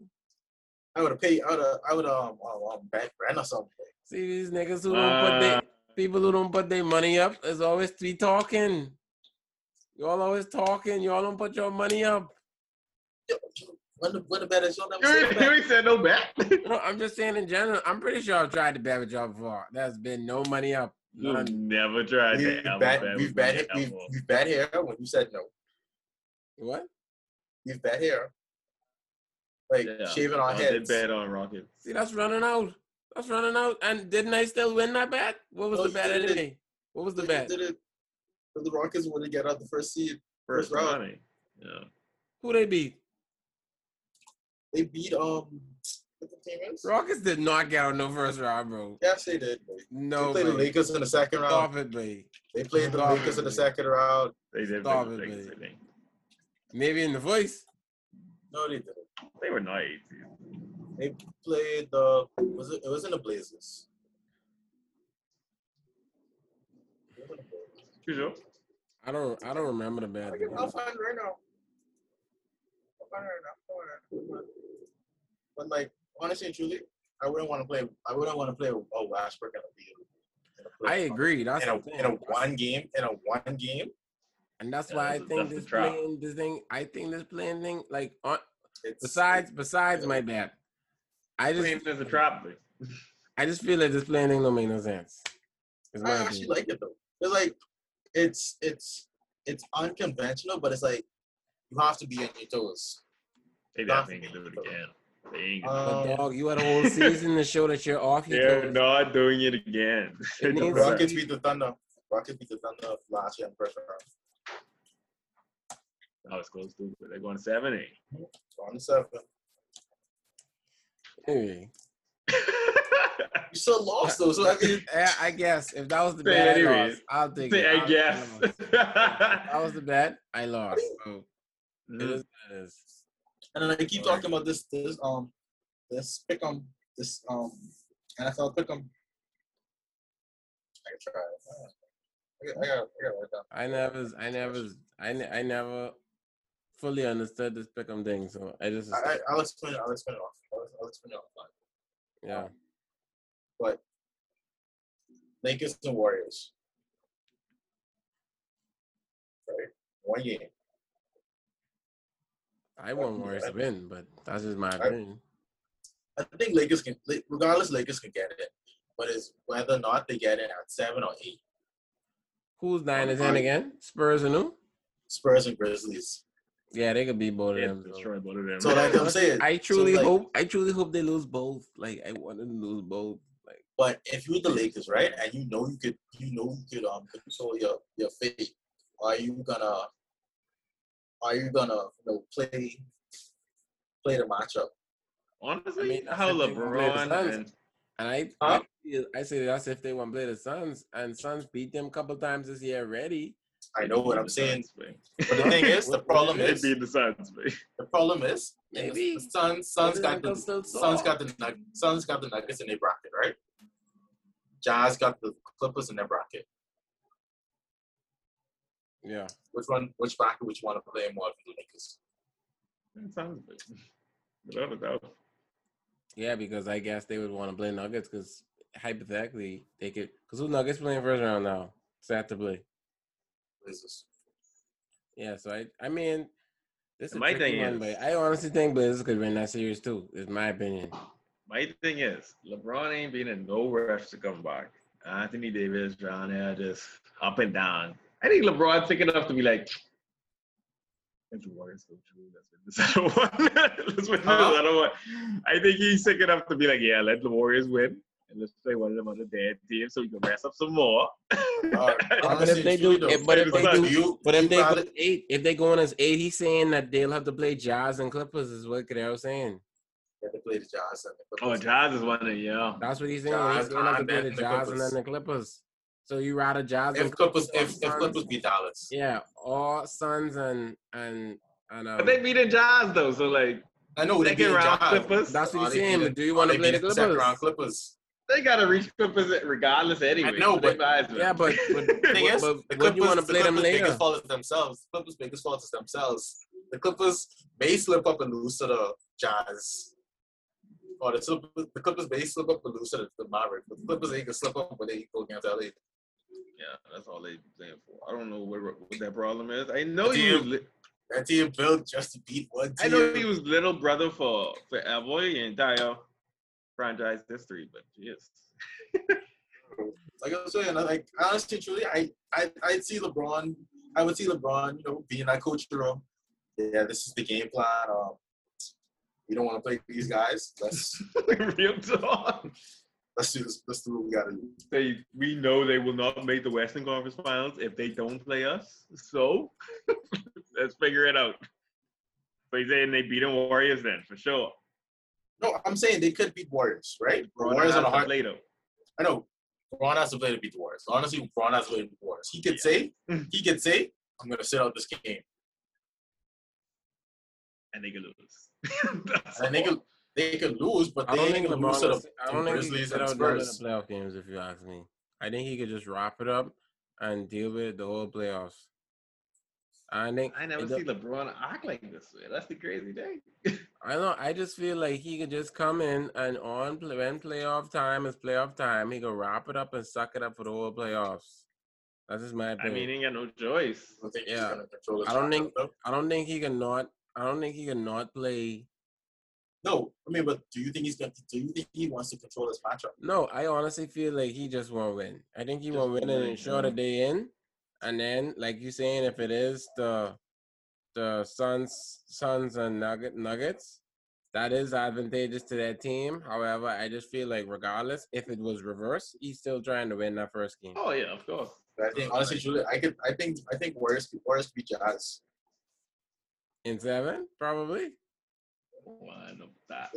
Speaker 2: I would have paid. I would. I would um um, um back rent or something.
Speaker 1: See these niggas who don't put their
Speaker 3: Uh,
Speaker 1: people who don't put their money up is always be talking. Y'all always talking. Y'all don't put your money up.
Speaker 2: Yo, When the when the bet is y'all never
Speaker 3: You
Speaker 2: said
Speaker 3: ain't, you
Speaker 2: that.
Speaker 3: ain't said no bet. <laughs>
Speaker 1: No, I'm just saying in general. I'm pretty sure I've tried to bet with y'all before. There's been no money up.
Speaker 3: You
Speaker 1: None.
Speaker 3: never tried
Speaker 2: We
Speaker 3: that. I'm a
Speaker 2: bet.
Speaker 3: bad
Speaker 2: We
Speaker 3: with
Speaker 2: bet.
Speaker 3: my
Speaker 2: it- We
Speaker 3: elbow.
Speaker 2: we bet here when you said no.
Speaker 1: What?
Speaker 2: We've bet hair. Like
Speaker 3: Yeah.
Speaker 2: shaving our
Speaker 3: I did
Speaker 2: heads.
Speaker 3: bet on Rockets.
Speaker 1: See, that's running out. That's running out. And didn't I still win that bet? What was
Speaker 2: No,
Speaker 1: the
Speaker 2: Oh, you
Speaker 1: bet
Speaker 2: didn't.
Speaker 1: anyway? What was the
Speaker 2: They
Speaker 1: bet?
Speaker 2: did it. But the Rockets wouldn't get out the first seed.
Speaker 3: First
Speaker 2: First round.
Speaker 3: round. Yeah.
Speaker 1: Who they beat?
Speaker 2: They beat um what the team is?
Speaker 1: Rockets did not get on no first round, bro.
Speaker 2: Yes, they did. boy.
Speaker 1: No,
Speaker 2: they played the
Speaker 1: way.
Speaker 2: Lakers in the second round.
Speaker 1: stop it, babe.
Speaker 2: They played the
Speaker 1: Stop it,
Speaker 2: Lakers in the
Speaker 1: man.
Speaker 2: second round.
Speaker 3: They did
Speaker 1: Stop
Speaker 3: Stop
Speaker 1: it,
Speaker 3: things,
Speaker 1: man.
Speaker 3: I think.
Speaker 1: Maybe in the voice.
Speaker 2: No, they didn't.
Speaker 3: They were not 18.
Speaker 2: Played the was it? It was in the Blazers.
Speaker 3: Usual.
Speaker 1: I don't. I don't remember the bet.
Speaker 2: I'll find it right now. I'll find it right now. I'll find it right now. But like honestly, and truly, I wouldn't want to play. I wouldn't want to play a Westbrook in a league. in a playoff.
Speaker 1: I agree. That's
Speaker 2: In a
Speaker 1: the thing.
Speaker 2: in a one game in a one game,
Speaker 1: and that's
Speaker 3: Yeah,
Speaker 1: why I
Speaker 3: that's-
Speaker 1: think
Speaker 3: that's the
Speaker 1: this
Speaker 3: trap.
Speaker 1: playing this thing. I think this playing thing. Like on,
Speaker 2: it's
Speaker 1: besides besides my bet, I just
Speaker 3: Claims as a trap. but
Speaker 1: I just feel like this playing thing don't make no sense. It's
Speaker 2: I
Speaker 1: my
Speaker 2: actually
Speaker 1: opinion.
Speaker 2: like it though. It's like it's it's it's unconventional, but it's like you have to be on your toes.
Speaker 3: They definitely can do it again. They ain't gonna-
Speaker 1: But
Speaker 2: Um,
Speaker 1: dog, you had a whole season to show that you're off.
Speaker 2: <laughs>
Speaker 1: your
Speaker 3: They're
Speaker 1: toes.
Speaker 3: not doing it again. <laughs>
Speaker 1: It
Speaker 2: the
Speaker 1: means-
Speaker 2: Rockets beat the Thunder. Rockets beat the Thunder last year in first round.
Speaker 3: I was close to but they're going seven eight.
Speaker 2: So on the seven,
Speaker 1: Anyway,
Speaker 2: you still lost though. So I mean,
Speaker 1: <laughs> yeah, I guess if that was the
Speaker 3: Say
Speaker 1: bet, I
Speaker 3: anyways.
Speaker 1: lost. I'll
Speaker 3: <laughs>
Speaker 1: take it.
Speaker 3: I
Speaker 1: I'll-
Speaker 3: guess.
Speaker 1: I lost. that
Speaker 2: <laughs>
Speaker 3: <laughs>
Speaker 1: was the bet. I lost. So it is
Speaker 3: Mm.
Speaker 1: what it is.
Speaker 2: and then I keep talking about this this um this pick'em this um NFL pick'em. I can try. it. I got I got I got it down.
Speaker 1: I never, I never, I, ne- I never fully understood this pick'em thing. So I just,
Speaker 2: Um, I, I- I'll explain it. I'll explain it off. I'll, I'll explain it offline.
Speaker 1: yeah.
Speaker 2: But Lakers and Warriors. Right? One game.
Speaker 1: I want Warriors to win, but that's just my opinion.
Speaker 2: I think Lakers can, regardless, Lakers can get it. But it's whether or not they get it at seven or eight.
Speaker 1: Who's nine and ten again? Spurs and who?
Speaker 2: Spurs and Grizzlies.
Speaker 1: Yeah, they could be both of
Speaker 3: Yeah,
Speaker 1: them. though.
Speaker 3: destroy both of them.
Speaker 2: So like I'm saying,
Speaker 1: I truly
Speaker 2: so, like,
Speaker 1: hope. I truly hope they lose both. Like I want them to lose both. Like
Speaker 2: But if you're the Lakers, right, and you know you could, you know you could um control your your fate. Are you gonna, are you gonna you know, play, play the matchup?
Speaker 3: Honestly,
Speaker 1: I mean,
Speaker 3: how
Speaker 1: I think we'll play the
Speaker 3: LeBron
Speaker 1: Suns.
Speaker 3: and
Speaker 1: and I,
Speaker 2: Huh?
Speaker 1: I, I say that's if they want to play the Suns, and Suns beat them a couple times this year already.
Speaker 2: I know what I'm saying,
Speaker 3: But
Speaker 2: but the thing is, the
Speaker 3: <laughs>
Speaker 2: problem
Speaker 3: they
Speaker 2: is,
Speaker 3: beat the Suns, but <laughs>
Speaker 2: the problem is,
Speaker 1: Maybe.
Speaker 2: the Suns, Suns got the
Speaker 1: still
Speaker 2: Suns got the Nug- Suns got the Nuggets in their bracket, right? Jazz got the Clippers in their bracket.
Speaker 1: yeah.
Speaker 2: Which one? Which bracket? Which one to play more for the Lakers?
Speaker 3: Suns, but without a doubt.
Speaker 1: Yeah, because I guess they would want to play Nuggets because hypothetically they could. Because who Nuggets playing first round now? Sad to play.
Speaker 2: Blazers.
Speaker 1: <laughs> Yeah, so I, I mean, this is
Speaker 3: My
Speaker 1: my thing
Speaker 3: thing
Speaker 1: one,
Speaker 3: is-
Speaker 1: but I honestly think Blazers could win that series too. Is my opinion.
Speaker 3: My thing is, LeBron ain't been in no rush to come back. Anthony Davis down there just up and down. I think LeBron thick enough to be like, if the Warriors go through, let's win this other <laughs> one. let's win
Speaker 2: Huh?
Speaker 3: this other one. I think he's thick enough to be like, yeah, let the Warriors win. And let's play one of them other dead teams so we can rest up some more.
Speaker 2: Uh,
Speaker 1: But if they
Speaker 2: honestly,
Speaker 1: do,
Speaker 2: you know,
Speaker 1: if- but if they
Speaker 3: but
Speaker 1: do,
Speaker 2: do you,
Speaker 1: But if
Speaker 2: you
Speaker 1: they go
Speaker 2: rather,
Speaker 1: eight, if they go in as eight, he's saying that they'll have to play Jazz and Clippers is what Cadero saying.
Speaker 2: Yeah, they play the Jazz and the
Speaker 3: <laughs> oh,
Speaker 2: Clippers.
Speaker 3: Jazz is one of them, yeah.
Speaker 1: That's what he's saying. He's
Speaker 2: Jazz
Speaker 1: going to have to
Speaker 2: and
Speaker 1: play the
Speaker 2: then the
Speaker 1: Jazz and
Speaker 2: Clippers.
Speaker 1: then the Clippers. So you rather Jazz and
Speaker 2: If Clippers,
Speaker 1: or
Speaker 2: if, if
Speaker 1: Suns?
Speaker 2: Clippers beat Dallas,
Speaker 1: yeah, or Suns and and and um,
Speaker 3: But they beat in Jazz though, so like
Speaker 2: I know they
Speaker 3: second
Speaker 2: beat
Speaker 3: round
Speaker 2: Jazz.
Speaker 3: Clippers.
Speaker 1: um, that's what
Speaker 2: Are
Speaker 1: he's
Speaker 2: they
Speaker 1: saying.
Speaker 2: beating-
Speaker 1: But do you
Speaker 2: are
Speaker 1: want to
Speaker 2: they
Speaker 1: play the
Speaker 2: beating second
Speaker 1: Clippers?
Speaker 2: round Clippers.
Speaker 3: They gotta reach Clippers regardless anyway.
Speaker 2: know,
Speaker 3: so they
Speaker 2: but-
Speaker 3: might as well.
Speaker 1: Yeah, but-
Speaker 3: <laughs>
Speaker 1: but-
Speaker 2: The thing
Speaker 1: But- but
Speaker 2: is, the
Speaker 1: wouldn't
Speaker 2: Clippers,
Speaker 1: you wanna
Speaker 2: the
Speaker 1: play them
Speaker 2: Clippers'
Speaker 1: later?
Speaker 2: biggest fault is themselves. Clippers' biggest fault is themselves. The Clippers may slip up and lose to the Jazz. Or the, Clippers- the Clippers may slip up and lose to the, the Mavericks. But the Clippers ain't gonna slip up when they go against LA.
Speaker 3: yeah, that's all they playing for. I don't know what, what that problem is. I know
Speaker 2: Do
Speaker 3: he
Speaker 2: you-
Speaker 3: was li-
Speaker 2: That team built just to beat one team.
Speaker 3: I know he was little brother for for Avoy and entire franchise history, but yes. <laughs>
Speaker 2: Like I was saying, I- like honestly, truly, I I I'd see LeBron. I would see LeBron, you know, being that coach room. Yeah, this is the game plan. Um, we don't want to play these guys. Let's
Speaker 3: Real talk.
Speaker 2: let's do this. Let's do what we gotta do.
Speaker 3: They we know they will not make the Western Conference Finals if they don't play us. So <laughs> let's figure it out. So he's saying they beat the Warriors then for sure.
Speaker 2: No, I'm saying they could beat Warriors, right? The Warriors on
Speaker 3: Has
Speaker 2: a
Speaker 3: to
Speaker 2: hard.
Speaker 3: play though.
Speaker 2: I know. LeBron has to play to beat the Warriors. Honestly, LeBron has to play to beat the Warriors. He could say,
Speaker 1: Hmm.
Speaker 2: he could say, I'm gonna sit out this game,
Speaker 3: And they could lose. <laughs> That's
Speaker 2: and they
Speaker 3: all.
Speaker 2: could they could lose, but
Speaker 1: I
Speaker 2: they
Speaker 1: don't
Speaker 2: ain't
Speaker 1: think
Speaker 2: gonna lose to
Speaker 1: LeBron.
Speaker 2: the
Speaker 1: Is, I don't think he
Speaker 2: Grizzlies
Speaker 1: can sit
Speaker 2: and
Speaker 1: out none of
Speaker 2: Spurs.
Speaker 1: the playoff games. If you ask me, I think he could just wrap it up and deal with it the whole playoffs. I think
Speaker 3: I
Speaker 1: it
Speaker 3: never
Speaker 1: don't-
Speaker 3: see LeBron act like this way. That's the crazy thing.
Speaker 1: I know. I just feel like he could just come in and on play, when playoff time is playoff time, he could wrap it up and suck it up for the whole playoffs. That's just my
Speaker 3: I
Speaker 1: opinion.
Speaker 3: mean, he ain't got no choice.
Speaker 2: I don't think he's
Speaker 1: Yeah.
Speaker 2: gonna control his
Speaker 1: I don't think-
Speaker 2: matchup, though.
Speaker 1: I don't think he can not. I don't think he can not play.
Speaker 2: No, I mean, but do you think he's gonna? Do you think he wants to control his matchup?
Speaker 1: No, I honestly feel like he just won't win. I think he
Speaker 3: Just
Speaker 1: won't win and
Speaker 3: win,
Speaker 1: ensure that they in. And then, like you saying, if it is the the Suns, Suns and Nugget, Nuggets, that is advantageous to their team. However, I just feel like regardless, if it was reversed, he's still trying to win that first game.
Speaker 3: Oh yeah, of course.
Speaker 2: But I think honestly, Julie, I could. I think. I think Warriors. Warriors beat <laughs> Jazz.
Speaker 1: In seven, probably.
Speaker 3: One of that.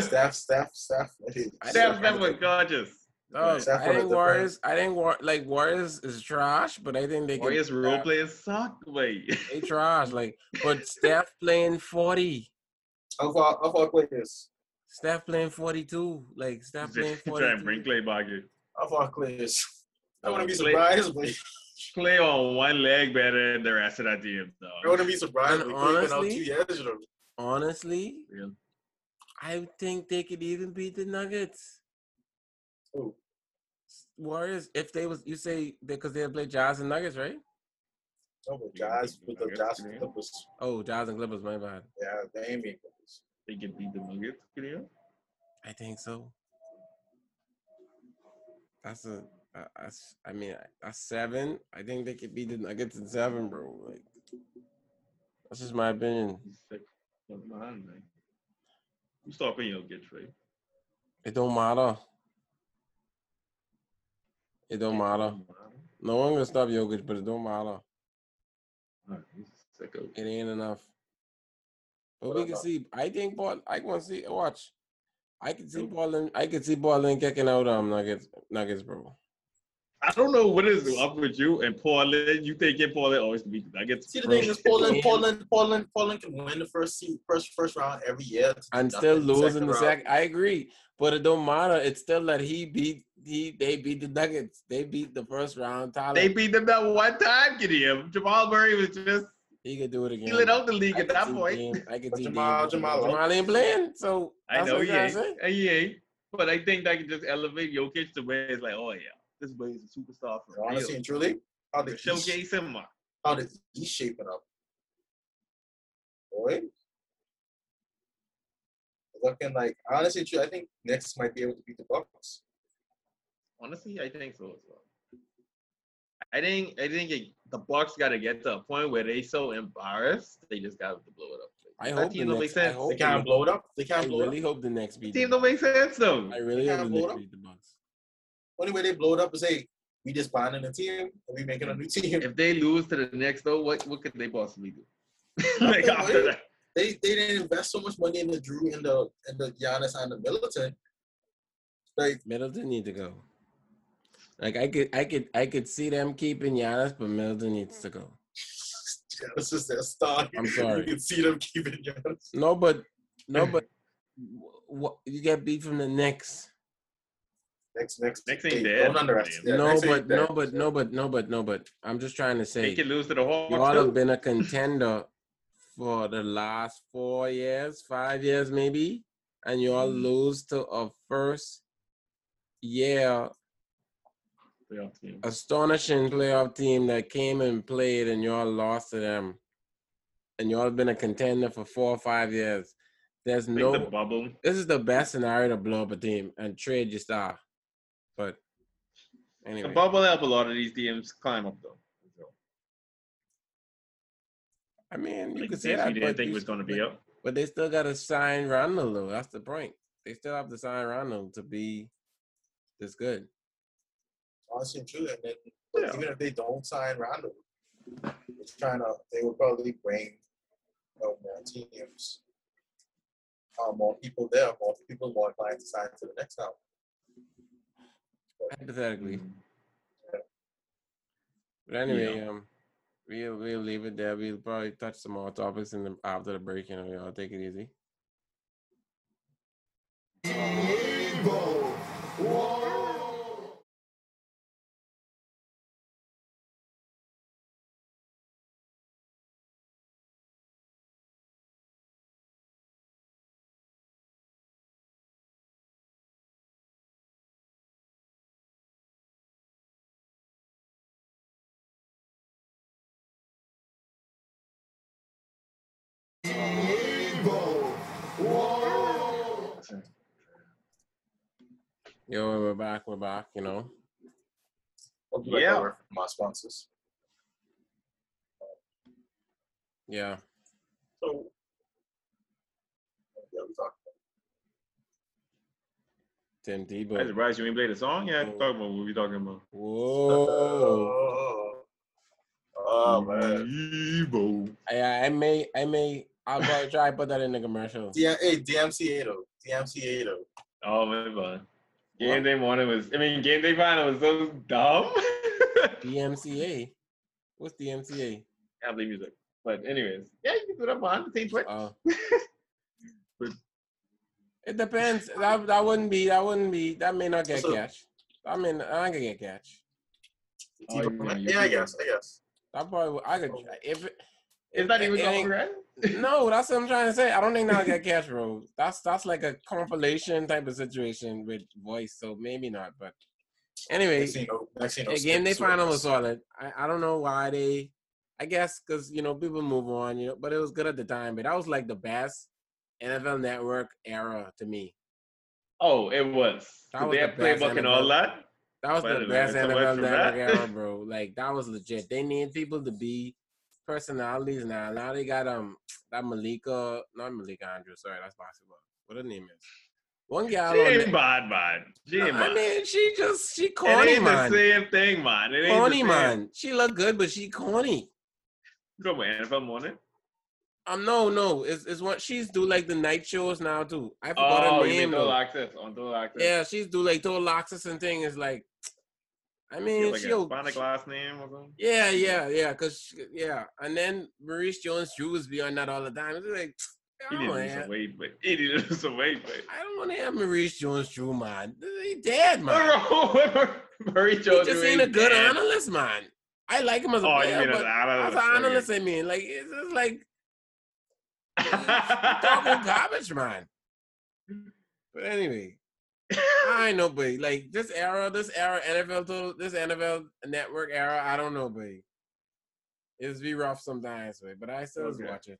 Speaker 3: <laughs> Steph,
Speaker 2: Steph. Steph. Steph.
Speaker 1: I
Speaker 3: Steph was gorgeous.
Speaker 1: Oh,
Speaker 2: Except
Speaker 1: I
Speaker 2: for the
Speaker 1: think Warriors. I think war, like Warriors is trash, but I think they can.
Speaker 3: Warriors role players suck, wait. <laughs>
Speaker 1: They trash. Like, but Steph playing forty.
Speaker 2: How far? How far play this?
Speaker 1: Steph playing 42. Like Steph playing
Speaker 3: Trying to
Speaker 1: 42.
Speaker 3: bring Clay back in.
Speaker 2: How far play this? I wouldn't be
Speaker 3: Clay-
Speaker 2: surprised. But
Speaker 3: Clay on one leg better than the rest of that team,
Speaker 2: I
Speaker 3: though.
Speaker 2: wouldn't be surprised.
Speaker 1: And
Speaker 2: if Clay been out
Speaker 1: honestly-
Speaker 2: two years, you know.
Speaker 1: Honestly,
Speaker 3: Yeah.
Speaker 1: I think they could even beat the Nuggets.
Speaker 2: Who?
Speaker 1: Warriors, if they was you say because they play Jazz and Nuggets, right?
Speaker 2: Oh, but Jazz with the Jazz with the Clippers.
Speaker 1: Oh, Jazz and Clippers, my bad.
Speaker 2: Yeah, they ain't being Clippers.
Speaker 3: They can beat the Nuggets, you know?
Speaker 1: I think so. That's a I- I s- I mean that's seven. I think they could beat the Nuggets in seven, bro. Like that's just my opinion.
Speaker 3: He's sick. Don't mind, man. Who's talking Jokic, right?
Speaker 1: It don't matter. It don't matter. No one gonna stop Jokic, but it don't matter.
Speaker 3: Alright, he's sick of-
Speaker 1: It ain't enough. But
Speaker 2: What
Speaker 1: we can
Speaker 2: about-
Speaker 1: see. I think Paul. I want to see. Watch. I can see
Speaker 3: Nope.
Speaker 1: Portland. I can see Portland kicking out um Nuggets. Nuggets, bro.
Speaker 3: I don't know what is up with you and Portland. You think your Portland always beat the Nuggets.
Speaker 2: See, the
Speaker 3: bro.
Speaker 2: thing is, Portland, Portland, Portland, Portland can win the first seed, first first round every year to do
Speaker 1: And
Speaker 2: nothing
Speaker 1: still lose in the
Speaker 2: round.
Speaker 1: second. I agree, but it don't matter. It's still that he beat he they beat the Nuggets. They beat the first round. Tyler,
Speaker 3: They beat them that one time, Gideon. Jamal Murray was just
Speaker 1: he could do it again.
Speaker 3: he lit out the league
Speaker 1: I
Speaker 3: at
Speaker 1: could
Speaker 3: that
Speaker 1: see
Speaker 3: point.
Speaker 1: Dame- I could
Speaker 2: But
Speaker 1: see
Speaker 2: Jamal-
Speaker 1: Dame-
Speaker 2: Jamal-
Speaker 1: Jamal ain't playing, so
Speaker 3: I
Speaker 1: that's
Speaker 3: know
Speaker 1: what
Speaker 3: he
Speaker 1: I'm
Speaker 3: ain't.
Speaker 1: saying.
Speaker 3: He ain't. But I think that can just elevate Jokic to where it's like, oh yeah, this boy is a superstar for real.
Speaker 2: Honestly and truly, how the East,
Speaker 3: Showcase him. man.
Speaker 2: how the East shaping up, boy. Looking like honestly, and truly, I think Knicks might be able to beat the Bucks.
Speaker 3: Honestly, I think so as well. I think I think it, the Bucks got to get to a point where they so embarrassed they just got to blow it up.
Speaker 1: I
Speaker 3: That
Speaker 1: hope the
Speaker 3: team don't make
Speaker 1: Knicks. I
Speaker 3: sense.
Speaker 1: hope
Speaker 2: They
Speaker 1: the
Speaker 2: can't
Speaker 1: Knicks-
Speaker 2: blow it up. They
Speaker 1: I
Speaker 2: can't blow
Speaker 1: really
Speaker 2: it up.
Speaker 1: hope the next
Speaker 3: The
Speaker 1: beat.
Speaker 3: team
Speaker 1: the
Speaker 3: don't make sense though.
Speaker 1: Bucks. I really
Speaker 2: can't
Speaker 1: hope the
Speaker 2: blow it
Speaker 1: Knicks
Speaker 2: up.
Speaker 1: beat the Bucks.
Speaker 2: Only way they blow it up is hey, we just bonding a team and we making a new <laughs> team.
Speaker 3: If they lose to the Knicks though, what what could they possibly do? <laughs> like
Speaker 2: Nothing,
Speaker 3: after
Speaker 2: really.
Speaker 3: that.
Speaker 2: they they didn't invest so much money in the Drew and the and the Giannis and the Middleton. Like <laughs>
Speaker 1: Middleton need to go. Like I could, I could, I could see them keeping Giannis, but Middleton needs to go.
Speaker 2: Giannis is their star.
Speaker 1: I'm sorry.
Speaker 2: <laughs> you can see them keeping Giannis.
Speaker 1: No, but no, but what you get beat from the Knicks.
Speaker 2: Next, next,
Speaker 3: Knicks ain't
Speaker 2: hey,
Speaker 3: dead.
Speaker 2: Don't underestimate. yeah,
Speaker 1: no,
Speaker 2: Knicks ain't
Speaker 1: but
Speaker 2: dead.
Speaker 1: no, but no, but no, but no, but I'm just trying to
Speaker 3: They
Speaker 1: say
Speaker 3: could lose to the Hawks.
Speaker 1: you all
Speaker 3: too.
Speaker 1: have been a contender for the last four years, five years maybe, and you all
Speaker 3: Mm.
Speaker 1: lose to a first year
Speaker 3: Playoff team.
Speaker 1: astonishing playoff team that came and played and y'all lost to them. And y'all been a contender for four or five years. There's
Speaker 3: I think the
Speaker 1: no
Speaker 3: bubble.
Speaker 1: this is the best scenario to blow up a team and trade your star. But
Speaker 3: The
Speaker 1: anyway.
Speaker 3: bubble help a lot of these teams climb up though.
Speaker 1: I mean you
Speaker 3: Like,
Speaker 1: could say
Speaker 3: teams
Speaker 1: that.
Speaker 3: we didn't
Speaker 1: but
Speaker 3: think
Speaker 1: you-
Speaker 3: was going to be
Speaker 1: but-
Speaker 3: up.
Speaker 1: But they still gotta sign Ronald though. That's the point. They still have to sign Ronald to be this good.
Speaker 2: Honestly, and truly, and then, but
Speaker 3: Yeah.
Speaker 2: even if they don't sign Rondo, it's trying to. They will probably bring you know, more teams, uh, more people there, more people, more clients to sign to the next round.
Speaker 1: Hypothetically.
Speaker 3: Mhm.
Speaker 1: But anyway, um we'll we'll leave it there. We'll probably touch some more topics in the after the break, you know, y'all take it easy. Yo, we're back, we're back, you know.
Speaker 2: Hope you like
Speaker 3: Yeah.
Speaker 2: that work from my sponsors.
Speaker 1: Yeah.
Speaker 2: So, yeah, we talked.
Speaker 1: Tim
Speaker 3: I'm
Speaker 1: Tebow.
Speaker 3: surprised you ain't played the song. Yeah, talk about what we talking about.
Speaker 1: Whoa.
Speaker 2: Oh
Speaker 3: Mm-hmm.
Speaker 2: man.
Speaker 3: Evo.
Speaker 1: I, I may I may I'll probably try to put that in the commercial.
Speaker 2: D- hey, DMC 80. DMC 80.
Speaker 3: Oh man, fun. Game day morning was. I mean, game day final was so dumb. <laughs>
Speaker 1: DMCA. What's DMCA?
Speaker 3: Can't believe music. But anyways, yeah, you can do that behind the same foot.
Speaker 1: Uh,
Speaker 3: But-
Speaker 1: it depends. That that wouldn't be that wouldldn't be that may not get
Speaker 2: So-
Speaker 1: catch. I mean I could get catch.
Speaker 3: Oh, you
Speaker 2: yeah,
Speaker 3: mean you
Speaker 2: I
Speaker 3: think-
Speaker 2: guess. I guess.
Speaker 1: That probably would- I could if it-
Speaker 3: Is that
Speaker 1: it-
Speaker 3: even
Speaker 1: it ain't-
Speaker 3: copyright?
Speaker 1: No, that's what I'm trying to say. I don't think that'll get catch bro. That's that's like a compilation type of situation with voice, so maybe not, but Anyway,
Speaker 2: Next thing you know- next thing you know, oh.
Speaker 1: again, they
Speaker 2: Skip's with
Speaker 1: final was
Speaker 2: us.
Speaker 1: solid. I, I don't know why they. I guess because you know people move on, you know. But it was good at the time. But that was like the best NFL Network era to me.
Speaker 3: Oh, it was.
Speaker 1: That
Speaker 3: Did
Speaker 1: was
Speaker 3: they
Speaker 1: the
Speaker 3: have
Speaker 1: best
Speaker 3: playbook and all
Speaker 1: NFL.
Speaker 3: that?
Speaker 1: That was
Speaker 3: Well,
Speaker 1: the
Speaker 3: it
Speaker 1: best
Speaker 3: learned so much
Speaker 1: NFL
Speaker 3: from
Speaker 1: Network
Speaker 3: that.
Speaker 1: era,
Speaker 3: <laughs>
Speaker 1: bro. Like that was legit. They need people to be personalities now. Now they got um that Malika, not Malika Andrews. Sorry, that's basketball. What her name is? One gal.
Speaker 3: She
Speaker 1: on
Speaker 3: ain't
Speaker 1: the-
Speaker 3: bad, man. She ain't
Speaker 1: I
Speaker 3: bad. It
Speaker 1: mean, she just she corny,
Speaker 3: ain't
Speaker 1: man.
Speaker 3: the same thing, man. It ain't the
Speaker 1: corny
Speaker 3: same.
Speaker 1: man. She look good, but she corny.
Speaker 3: You talking about NFL morning?
Speaker 1: Um, no, no, it's it's what she's do like the night shows now too. I forgot
Speaker 3: Oh,
Speaker 1: her
Speaker 3: you
Speaker 1: name
Speaker 3: mean
Speaker 1: though.
Speaker 3: Total Access on Total Access?
Speaker 1: yeah, she's do like total access and thing. Is like, I
Speaker 3: She
Speaker 1: mean,
Speaker 3: had, like
Speaker 1: she
Speaker 3: a
Speaker 1: will
Speaker 3: Hispanic last name or something.
Speaker 1: yeah, yeah, yeah, cause she- yeah, and then Maurice Jones-Drew was beyond that all the time. It's like, <sniffs> I
Speaker 3: He
Speaker 1: don't want
Speaker 3: didn't
Speaker 1: to
Speaker 3: lose some
Speaker 1: have,
Speaker 3: weight, but he didn't lose some weight,
Speaker 1: <laughs>
Speaker 3: but.
Speaker 1: I don't want to have Maurice Jones-Drew, man. He dead, man.
Speaker 3: Murray
Speaker 1: He
Speaker 3: Jones
Speaker 1: just
Speaker 3: Drew
Speaker 1: ain't a good
Speaker 3: dead.
Speaker 1: analyst, man. I like him as a
Speaker 3: Oh, you
Speaker 1: player,
Speaker 3: mean as
Speaker 1: but as
Speaker 3: an analyst?
Speaker 1: an
Speaker 3: okay.
Speaker 1: analyst, I mean, like it's just like talking garbage, man. But anyway, I know, but like this era, this era NFL, total, this NFL network era, I don't know, but it's be rough sometimes, but but I still
Speaker 3: Okay.
Speaker 1: just
Speaker 3: <laughs>
Speaker 1: watch it.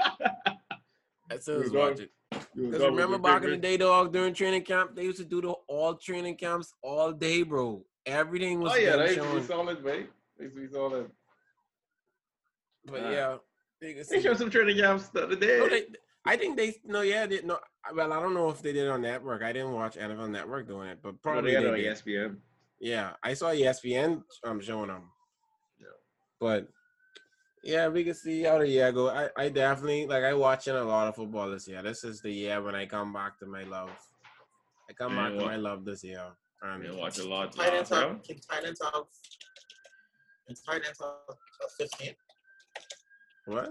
Speaker 1: I still
Speaker 3: We
Speaker 1: just
Speaker 3: going-
Speaker 1: watch it.
Speaker 3: <laughs> You was
Speaker 1: Because
Speaker 3: always
Speaker 1: remember
Speaker 3: a
Speaker 1: back in the
Speaker 3: favorite.
Speaker 1: day, dog, during training camp, they used to do the all training camps all day, bro. Everything was
Speaker 3: Oh yeah,
Speaker 1: being
Speaker 3: they used to
Speaker 1: shown.
Speaker 3: be solid, mate. They used to be solid.
Speaker 1: but
Speaker 3: Nah.
Speaker 1: yeah, they could
Speaker 3: They
Speaker 1: see-
Speaker 3: showed some training camps the other day.
Speaker 1: No, Oh, they, I think they no, yeah, they, no. Well, I don't know if they did on network. I didn't watch NFL Network doing it, but probably
Speaker 3: had
Speaker 1: they
Speaker 3: it on E
Speaker 1: did.
Speaker 3: ESPN.
Speaker 1: Yeah, I saw ESPN um showing them.
Speaker 3: Yeah.
Speaker 1: But yeah, we can see how the year go. I, I definitely like I watching a lot of football this year. This is the year when I come back to my love. I come
Speaker 3: Yeah,
Speaker 1: back to
Speaker 3: what-
Speaker 1: my love this year.
Speaker 3: I
Speaker 1: Um,
Speaker 3: mean, watch a lot.
Speaker 2: Tight ends
Speaker 3: last
Speaker 2: have,
Speaker 3: round.
Speaker 2: can tight ends have, can tight uh, ends have a 15?
Speaker 1: what?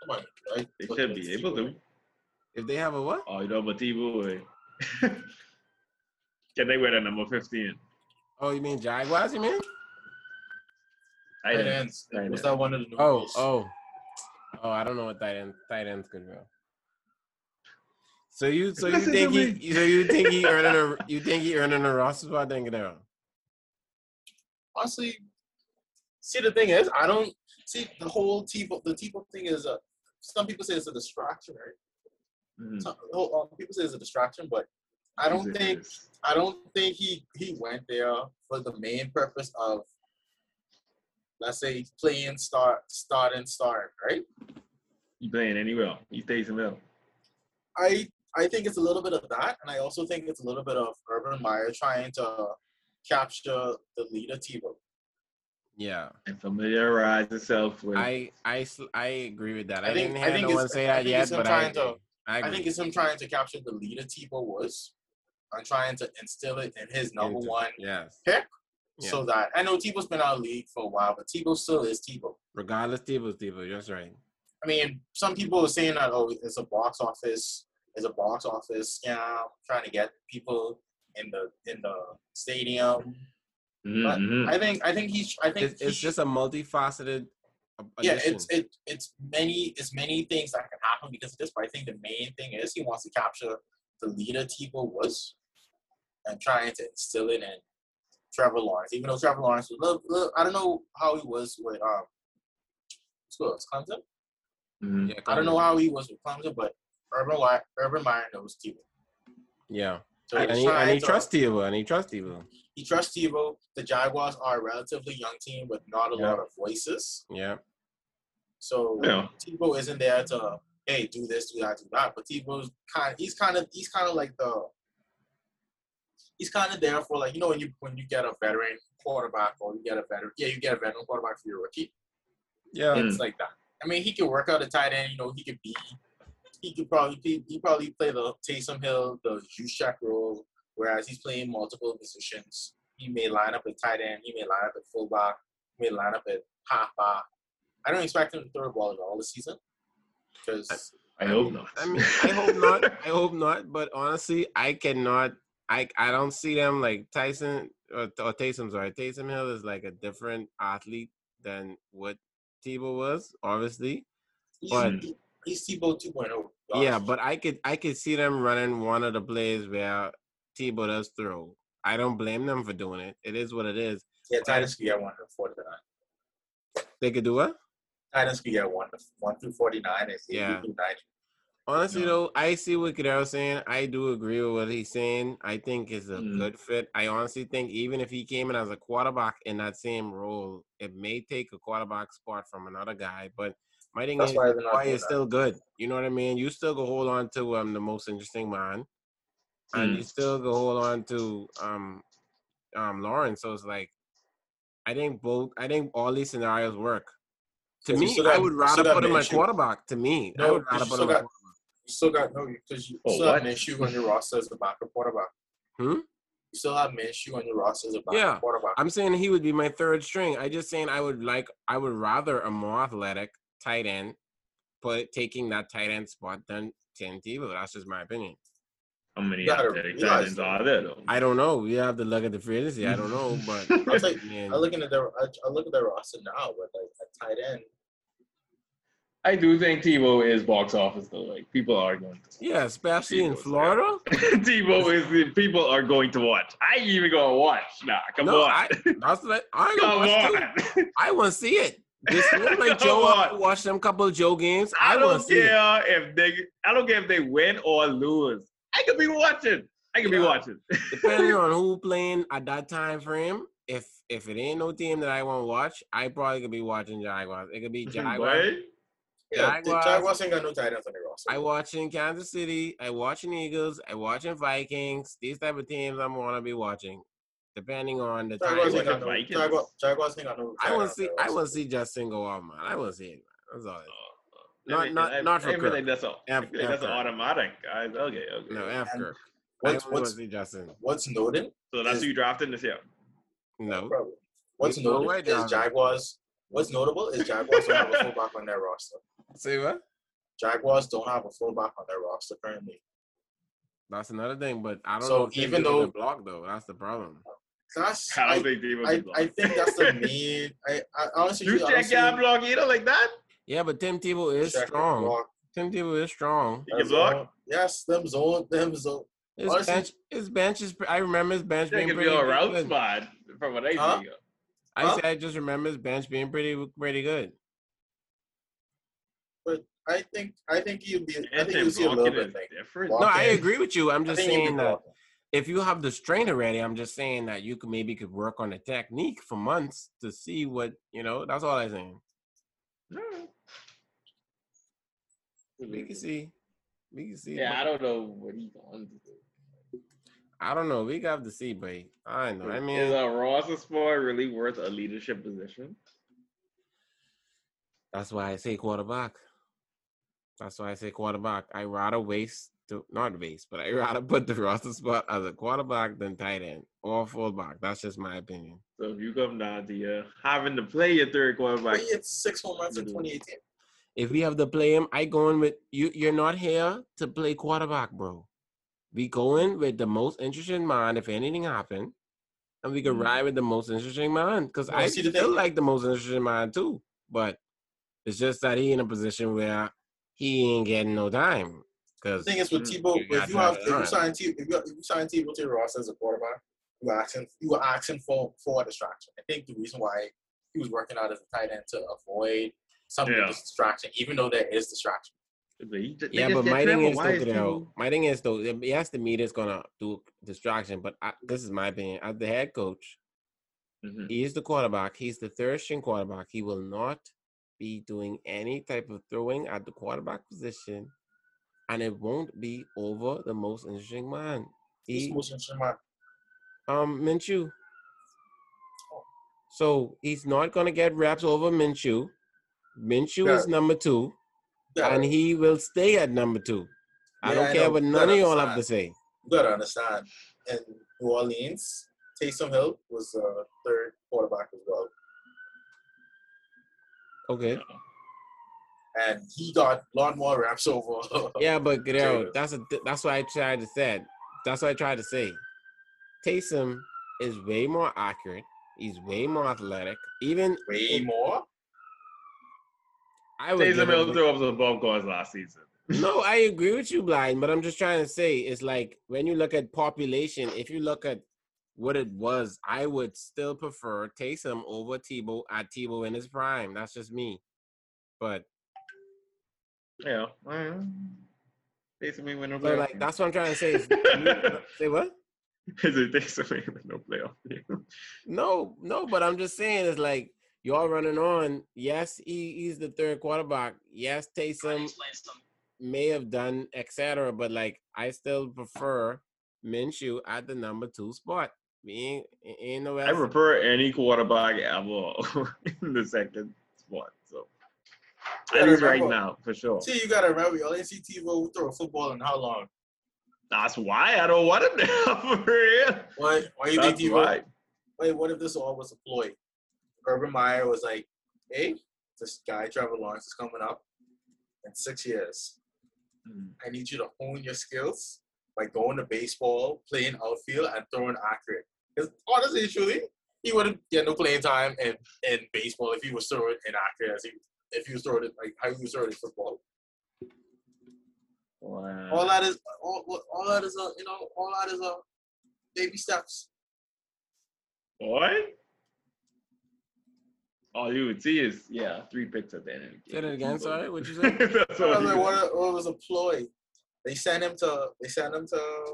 Speaker 2: Come on. Right?
Speaker 3: They
Speaker 2: Look
Speaker 3: should
Speaker 2: at
Speaker 3: be
Speaker 2: this
Speaker 3: able to.
Speaker 2: keyboard.
Speaker 1: If they have a what?
Speaker 3: Oh, you know, but T-Boy. <laughs> Can they wear the number 15?
Speaker 1: Oh, you mean Jaguars? You mean?
Speaker 3: I
Speaker 2: Tight
Speaker 3: didn't.
Speaker 2: ends.
Speaker 3: Tight
Speaker 2: Was
Speaker 3: end.
Speaker 2: that one of the new
Speaker 1: Oh,
Speaker 2: rules?
Speaker 1: oh, oh! I don't know what tight end tight ends could go. So you, so you
Speaker 3: Listen to
Speaker 1: think
Speaker 3: me.
Speaker 1: he, so you think he
Speaker 2: <laughs>
Speaker 1: earning a, you think he earning a roster spot? Then get out.
Speaker 2: honestly, see the thing is, I don't see the whole Tebow. The Tebow thing is a. Some people say it's a distraction, right?
Speaker 3: Mhm.
Speaker 2: Some oh, uh, people say it's a distraction, but I don't
Speaker 3: Yes, it
Speaker 2: think
Speaker 3: is.
Speaker 2: I don't think he he went there for the main purpose of, let's say, playing start start and start, right?
Speaker 3: He playing anywhere. He stays in middle.
Speaker 2: I I think it's a little bit of that, and I also think it's a little bit of Urban Meyer trying to capture the leader Tebow.
Speaker 1: Yeah,
Speaker 3: And familiarize himself with.
Speaker 1: I, I, sl- I agree with that. I,
Speaker 2: I think-
Speaker 1: didn't
Speaker 2: I
Speaker 1: hear
Speaker 2: think
Speaker 1: no
Speaker 2: it's-
Speaker 1: one say that
Speaker 2: I think
Speaker 1: yet,
Speaker 2: it's him
Speaker 1: but I,
Speaker 2: trying to-
Speaker 1: I,
Speaker 2: I
Speaker 1: agree.
Speaker 2: think it's him trying to capture the leader Tebow was and trying to instill it in his number
Speaker 1: Into-
Speaker 2: one.
Speaker 1: Yes.
Speaker 2: pick,
Speaker 1: Yeah.
Speaker 2: So that I know Tebow's been out of the league for a while, but Tebow still is Tebow.
Speaker 1: regardless, Tebow, Tebow, that's right.
Speaker 2: I mean, some people are saying that oh, it's a box office, it's a box office scam, trying to get people in the in the stadium.
Speaker 3: Mhm.
Speaker 2: I think I think he's I think
Speaker 1: Hmm. It's, it's
Speaker 2: he-
Speaker 1: just a multifaceted. a-
Speaker 2: yeah,
Speaker 1: addition.
Speaker 2: it's it, it's many it's many things that can happen because of this, but I think the main thing is he wants to capture the leader Tebow was and trying to instill it in Trevor Lawrence. Even though Trevor Lawrence was look, look, I don't know how he was with um school, Clemson.
Speaker 3: Mhm.
Speaker 1: Yeah,
Speaker 2: I don't know how he was with Clemson, but Urban Wy- Urban Meyer knows Tebow.
Speaker 1: Yeah,
Speaker 2: So
Speaker 1: and
Speaker 2: he's
Speaker 1: he, and
Speaker 2: trying
Speaker 1: he
Speaker 2: to-
Speaker 1: trusts Tebow, and he trusts Tebow.
Speaker 2: he trusts Tebow. The Jaguars are a relatively young team with not a
Speaker 1: Yeah.
Speaker 2: lot of voices.
Speaker 1: Yeah,
Speaker 2: So
Speaker 3: Yeah.
Speaker 2: Tebow isn't there to hey do this, do that, do that. But Tebow's kind he's kind of he's kind of like the he's kind of there for like you know when you when you get a veteran quarterback or you get a veteran yeah you get a veteran quarterback for your rookie
Speaker 1: yeah.
Speaker 3: Mm.
Speaker 2: it's like that. I mean he could work out a tight end you know he could be he could probably be, he probably play the Taysom Hill the Juszczyk role whereas he's playing multiple positions. He may line up at tight end. He may line up at fullback. He may line up at halfback. I don't expect him to throw the ball at all this season because
Speaker 3: I hope not.
Speaker 1: I mean, I hope not. I hope not. But honestly, I cannot. I I don't see them like Tyson or, or Taysom. Sorry, Taysom Hill is like a different athlete than what Tebow was. Obviously,
Speaker 2: He's-
Speaker 1: But-
Speaker 2: he- He's Tebow 2.0. Gosh.
Speaker 1: Yeah, but I could I could see them running one of the plays where Tebow does throw. I don't blame them for doing it. It is what it is.
Speaker 2: yeah, Tynesky at one through forty nine.
Speaker 1: They could do what?
Speaker 2: Tynesky at one one through forty nine is
Speaker 1: Yeah.
Speaker 2: yeah. through ninety.
Speaker 1: Honestly,
Speaker 3: No.
Speaker 1: though, I see what Goodell's saying. I do agree with what he's saying. I think it's a
Speaker 3: Mm.
Speaker 1: good fit. I honestly think even if he came in as a quarterback in that same role, it may take a quarterback spot from another guy. But my thing
Speaker 2: That's
Speaker 1: is,
Speaker 2: why they're not
Speaker 1: why
Speaker 2: doing
Speaker 1: is still good. You know what I mean? You still go hold on to um the most interesting man, and you
Speaker 3: Mm.
Speaker 1: still go hold on to um um Lauren. So it's like, I think both. I think all these scenarios work. To
Speaker 2: But you
Speaker 1: me,
Speaker 2: still
Speaker 1: I
Speaker 2: got-
Speaker 1: would
Speaker 2: you still
Speaker 1: rather
Speaker 2: got
Speaker 1: put
Speaker 2: an
Speaker 1: him at
Speaker 2: issue.
Speaker 1: quarterback. To me, I
Speaker 2: No,
Speaker 1: would
Speaker 2: but
Speaker 1: rather
Speaker 2: you
Speaker 1: put
Speaker 2: still
Speaker 1: him at
Speaker 2: got- You still got no because you
Speaker 3: Oh,
Speaker 2: still have
Speaker 3: what?
Speaker 2: Minshew on your roster as a backup quarterback.
Speaker 1: Hmm?
Speaker 2: You still have Minshew on your roster as a backup
Speaker 1: Yeah.
Speaker 2: quarterback.
Speaker 1: I'm saying he would be my third string. I just saying I would like I would rather a more athletic tight end put taking that tight end spot than Tim Tebow. That's just my opinion.
Speaker 3: <laughs> How many
Speaker 2: You gotta
Speaker 3: athletic tight
Speaker 2: realize
Speaker 3: ends
Speaker 2: that.
Speaker 3: are there though?
Speaker 1: I don't know. We have to look at the free agency. I don't
Speaker 3: <laughs>
Speaker 1: know, but
Speaker 2: I'll take,
Speaker 1: man,
Speaker 2: I looking at their I, I look at their roster now, but like at tight end,
Speaker 3: I do think Tebow is box office though. Like people are going. To-
Speaker 1: yeah, especially in
Speaker 3: Tebow's
Speaker 1: Florida.
Speaker 3: <laughs> Tebow is people are going to watch. I ain't even gonna watch. Nah, come
Speaker 1: No,
Speaker 3: on,
Speaker 1: I, that's like, I,
Speaker 3: <laughs> come
Speaker 1: watch too.
Speaker 3: on.
Speaker 1: I want to see it. This year, like
Speaker 3: <laughs> Come
Speaker 1: Joe, I
Speaker 3: on.
Speaker 1: watched them couple of Joe games. I,
Speaker 3: I
Speaker 1: want to
Speaker 3: don't
Speaker 1: see it.
Speaker 3: care if they. I don't care if they win or lose. I could be watching. I could be
Speaker 2: Yeah.
Speaker 3: watching.
Speaker 1: depending on who playing at that time frame. If if it ain't no team that I want to watch, I probably could be watching Jaguars. It could
Speaker 2: <laughs>
Speaker 1: be Jaguars.
Speaker 3: Right?
Speaker 2: yeah, the
Speaker 1: Jaguars.
Speaker 2: Jaguars ain't got no tight ends on their roster.
Speaker 1: I watching Kansas City. I watching Eagles. I watching Vikings. These type of teams I'm gonna be watching, depending on the
Speaker 2: Jaguars
Speaker 1: time.
Speaker 2: ain't got no.
Speaker 3: Vikings.
Speaker 2: Jaguars, Jaguars ain't got no.
Speaker 1: I
Speaker 2: tight
Speaker 1: want
Speaker 2: ends
Speaker 1: to see.
Speaker 2: on their
Speaker 1: I
Speaker 2: roster.
Speaker 1: want to see Justin go out, man. I want to see it. Man. That's all. It
Speaker 3: Oh,
Speaker 1: is.
Speaker 3: I
Speaker 1: Not-
Speaker 3: mean,
Speaker 1: not-
Speaker 3: I-
Speaker 1: not for
Speaker 3: I feel like
Speaker 1: Kirk.
Speaker 3: that's a, I
Speaker 1: F-
Speaker 3: feel like that's an
Speaker 1: F-
Speaker 3: automatic. I, okay, okay.
Speaker 1: No, F
Speaker 2: And
Speaker 1: Kirk. I
Speaker 2: What's
Speaker 1: only want to
Speaker 2: what's
Speaker 1: see Justin.
Speaker 2: what's noted?
Speaker 3: so that's
Speaker 2: is-
Speaker 3: who you drafted this year.
Speaker 1: No,
Speaker 2: Bro, What's
Speaker 1: He's all
Speaker 2: notable
Speaker 1: right down
Speaker 2: is
Speaker 1: there.
Speaker 2: Jaguars. What's notable is Jaguars don't have a fullback on their roster.
Speaker 1: see what?
Speaker 2: Jaguars don't have a fullback on their roster currently.
Speaker 1: That's another thing. But I don't
Speaker 2: So
Speaker 1: know. if Tim
Speaker 2: even
Speaker 1: Tebow can
Speaker 2: though-
Speaker 1: block though, that's the problem.
Speaker 2: That's
Speaker 3: I don't
Speaker 2: I,
Speaker 3: think Debo
Speaker 2: I,
Speaker 3: can block.
Speaker 2: I think that's the <laughs> main. I, I honestly,
Speaker 3: You check
Speaker 2: honestly,
Speaker 3: your block either like that?
Speaker 1: Yeah, but Tim Tebow is
Speaker 2: Jack can
Speaker 1: strong.
Speaker 2: block.
Speaker 1: Tim Tebow is strong.
Speaker 3: He can
Speaker 2: That's
Speaker 3: block?
Speaker 2: all. Yes, them zone, them zone.
Speaker 1: His
Speaker 2: Honestly-
Speaker 1: bench, his bench is. pre- I remember his bench
Speaker 3: That
Speaker 1: being
Speaker 3: could
Speaker 1: pretty.
Speaker 3: be a
Speaker 1: pretty
Speaker 3: route
Speaker 1: good.
Speaker 3: spot from what I
Speaker 2: Huh?
Speaker 3: think.
Speaker 1: I
Speaker 2: Huh?
Speaker 1: said I just remember his bench being pretty pretty good.
Speaker 2: But I think I think you'd be. I think you
Speaker 3: Anthony
Speaker 2: see a little
Speaker 3: blocking
Speaker 2: bit.
Speaker 3: is
Speaker 2: Of thing.
Speaker 3: different.
Speaker 1: No,
Speaker 2: Block-
Speaker 1: I
Speaker 2: Okay.
Speaker 1: agree with you. I'm
Speaker 2: I
Speaker 1: just
Speaker 2: think you'd be
Speaker 1: saying that
Speaker 2: blocking.
Speaker 1: if you have the strain already, I'm just saying that you could maybe could work on the technique for months to see what you know. That's all I'm saying. We can see. We can see.
Speaker 3: Yeah,
Speaker 1: but
Speaker 3: I don't know what he's going to do.
Speaker 1: I don't know. We got to see, but I know. I
Speaker 3: is
Speaker 1: mean,
Speaker 3: a roster spot really worth a leadership position?
Speaker 1: that's why I say quarterback. That's why I say quarterback. I rather waste to not waste, but I <laughs> rather put the roster spot as a quarterback than tight end or fullback. That's just my opinion.
Speaker 3: So if you come down to uh, having to play your third quarterback,
Speaker 2: But he had six home runs in
Speaker 1: Mm-hmm.
Speaker 2: 2018.
Speaker 1: If we have to play him, I going with you. You're not here to play quarterback, bro. We going with the most interesting mind. If anything happen, and we can
Speaker 3: Mhm.
Speaker 1: ride with the most interesting mind because
Speaker 2: Mm-hmm. Well,
Speaker 1: I
Speaker 2: see, the
Speaker 1: still
Speaker 2: thing-
Speaker 1: like the most interesting mind too. But it's just that he in a position where he ain't getting no time
Speaker 2: The
Speaker 1: because
Speaker 2: thing is with
Speaker 3: Mm,
Speaker 2: Tebow,
Speaker 1: you
Speaker 2: if
Speaker 1: gotta
Speaker 2: you
Speaker 1: try
Speaker 2: have if
Speaker 1: to
Speaker 2: you
Speaker 1: learn.
Speaker 2: sign Tebow, if you, if you sign Tebow to your roster as a quarterback, you are asking you are asking for for a distraction. I think the reason why he was working out as a tight end to avoid some of
Speaker 3: Yeah.
Speaker 2: this distraction, even though there is distraction.
Speaker 3: They just- they
Speaker 1: Yeah,
Speaker 3: just
Speaker 1: but
Speaker 3: get
Speaker 1: my
Speaker 3: to him,
Speaker 1: thing
Speaker 3: but
Speaker 1: is
Speaker 3: why
Speaker 1: though,
Speaker 3: is
Speaker 1: Goodell,
Speaker 3: Tebow-
Speaker 1: my thing is though, if- yes, the media's gonna do distraction, but I, this is my opinion. As the head coach,
Speaker 3: Mhm.
Speaker 1: he is the quarterback. He's the third string quarterback. He will not be doing any type of throwing at the quarterback position, and it won't be over the most interesting man.
Speaker 2: He's
Speaker 1: He,
Speaker 2: most interesting man.
Speaker 1: um, Minshew. So he's not gonna get reps over Minshew. Minshew
Speaker 2: Yeah.
Speaker 1: is number two,
Speaker 2: Yeah,
Speaker 1: and he will stay at number two. I
Speaker 2: Yeah,
Speaker 1: don't
Speaker 2: I
Speaker 1: care
Speaker 2: know.
Speaker 1: what
Speaker 2: You
Speaker 1: none of y'all
Speaker 2: understand.
Speaker 1: have to say.
Speaker 2: you gotta understand. In New Orleans, Taysom Hill was uh, third quarterback as well,
Speaker 1: Okay.
Speaker 2: and he got a lot more reps over. <laughs>
Speaker 1: Yeah, but Goodell,
Speaker 2: Jada.
Speaker 1: that's a that's what I tried to said. That's what I tried to say. Taysom is way more accurate. He's way more athletic. Even
Speaker 2: way more.
Speaker 1: I would
Speaker 3: Taysom
Speaker 1: give
Speaker 3: Hill
Speaker 1: him-
Speaker 3: threw up some bump guards last season.
Speaker 1: <laughs> No, I agree with you, Blind, but I'm just trying to say it's like when you look at population, if you look at what it was, I would still prefer Taysom over Tebow at Tebow in his prime. That's just me. But
Speaker 3: Yeah. mm Taysom Hill win no
Speaker 1: so
Speaker 3: playoff.
Speaker 1: like
Speaker 3: game.
Speaker 1: that's what I'm trying to say. is- say what?
Speaker 3: Is it <laughs> Taysom Hill win no playoff? game?
Speaker 1: No, no, but I'm just saying it's like y'all running on. Yes, he, he's the third quarterback. Yes,
Speaker 4: Trying to
Speaker 1: Taysom
Speaker 4: explain something.
Speaker 1: may have done etc. But like I still prefer Minshew at the number two spot. We ain't, ain't no
Speaker 3: I
Speaker 1: else.
Speaker 3: prefer any quarterback ever <laughs> in the second spot. So
Speaker 2: Yeah,
Speaker 3: at least right
Speaker 2: remember-
Speaker 3: now, for sure.
Speaker 2: See, you gotta remember, we only see Tebow throw a football in how long?
Speaker 3: That's why I don't want him <laughs> there for real.
Speaker 2: Why? Why you think
Speaker 3: That's
Speaker 2: Tebow?
Speaker 3: why.
Speaker 2: Wait, what if this all was a ploy? Urban Meyer was like, "Hey, this guy Trevor Lawrence is coming up in six years. I need you to hone your skills by going to baseball, playing outfield, and throwing accurate." Because honestly, truly, he wouldn't get no playing time in, in baseball if he was throwing inaccurate as he if he was throwing it like how he was throwing in football.
Speaker 3: Wow.
Speaker 2: All that is all, all- all that is uh, you know all that is uh, baby steps.
Speaker 3: Boy. All you would see is yeah, three picks at the end. Of the game.
Speaker 1: Say that again,
Speaker 3: Tebow.
Speaker 1: sorry, what'd you say?
Speaker 3: <laughs> That's
Speaker 2: I
Speaker 3: all
Speaker 2: was
Speaker 3: you
Speaker 2: like,
Speaker 3: would-
Speaker 2: what, what was a ploy? They sent him to. They sent him to.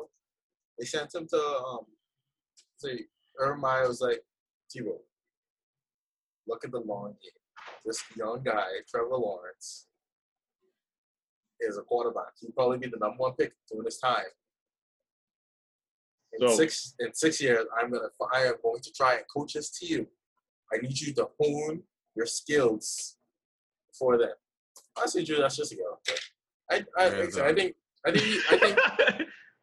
Speaker 2: They sent him to. Um, see, Urban Meyer was like, Tebow, look at the long game. This young guy, Trevor Lawrence, is a quarterback. He'll probably be the number one pick during this time. In
Speaker 3: So-
Speaker 2: six in six years, I'm gonna. I am going to try and coach this team. I need you to hone your skills for that. Honestly, Drew, that's just a go. I, I,
Speaker 1: Yeah,
Speaker 2: think so.
Speaker 1: but-
Speaker 2: I think I think he, I think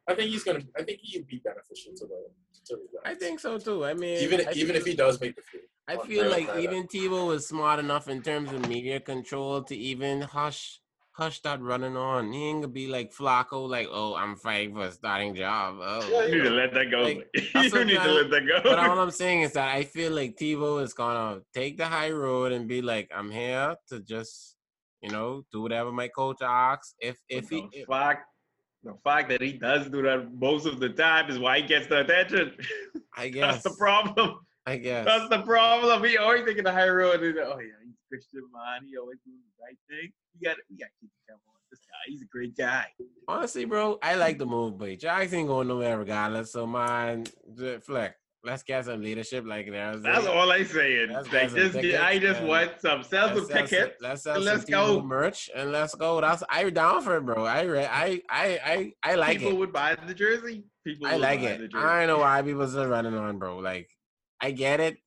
Speaker 2: I think he's gonna. I think he'd be beneficial to the to the
Speaker 1: I
Speaker 2: Giants.
Speaker 1: think so too. I mean,
Speaker 2: even
Speaker 1: I
Speaker 2: even if
Speaker 1: feel-
Speaker 2: he does make the field.
Speaker 1: I
Speaker 2: on
Speaker 1: feel like
Speaker 2: Thursday,
Speaker 1: even Tebow was smart enough in terms of media control to even hush hush that running on. He ain't gonna be like Flacco, like, oh, I'm fighting for a starting job.
Speaker 2: Yeah,
Speaker 1: Oh,
Speaker 3: <laughs> you need to let that go.
Speaker 1: Like, that's
Speaker 3: you need to
Speaker 1: sometimes-
Speaker 3: let that go.
Speaker 1: but
Speaker 3: <laughs>
Speaker 1: all I'm saying is that I feel like Tebow is gonna take the high road and be like, I'm here to just, you know, do whatever my coach asks. If if he,
Speaker 3: the fact, the fact that he does do that most of the time is why he gets the attention. <laughs>
Speaker 1: I guess,
Speaker 3: That's the problem.
Speaker 1: I guess.
Speaker 3: That's the problem. He always taking the high road. And, oh yeah, he's a Christian man. He always doing the right thing. We got we got to keep him on this guy. He's a great guy.
Speaker 1: Honestly, bro, I like the move, but Jax ain't going nowhere regardless. So mine, j- fleck. Let's get some leadership like there.
Speaker 3: That's all I'm saying.
Speaker 1: That's
Speaker 3: like
Speaker 1: awesome.
Speaker 3: just,
Speaker 1: Tickets
Speaker 3: I just
Speaker 1: and-
Speaker 3: want some sell some
Speaker 1: Let's sell some,
Speaker 3: tickets.
Speaker 1: let's sell
Speaker 3: and
Speaker 1: some
Speaker 3: let's
Speaker 1: T-Mobile
Speaker 3: go.
Speaker 1: merch and let's go. That's I down for it, bro. I re- I I I I like
Speaker 3: people
Speaker 1: it.
Speaker 3: would buy the jersey. People
Speaker 1: I
Speaker 3: would
Speaker 1: like
Speaker 3: buy
Speaker 1: it.
Speaker 3: The jersey.
Speaker 1: I don't know why people still running on, bro. Like I get it,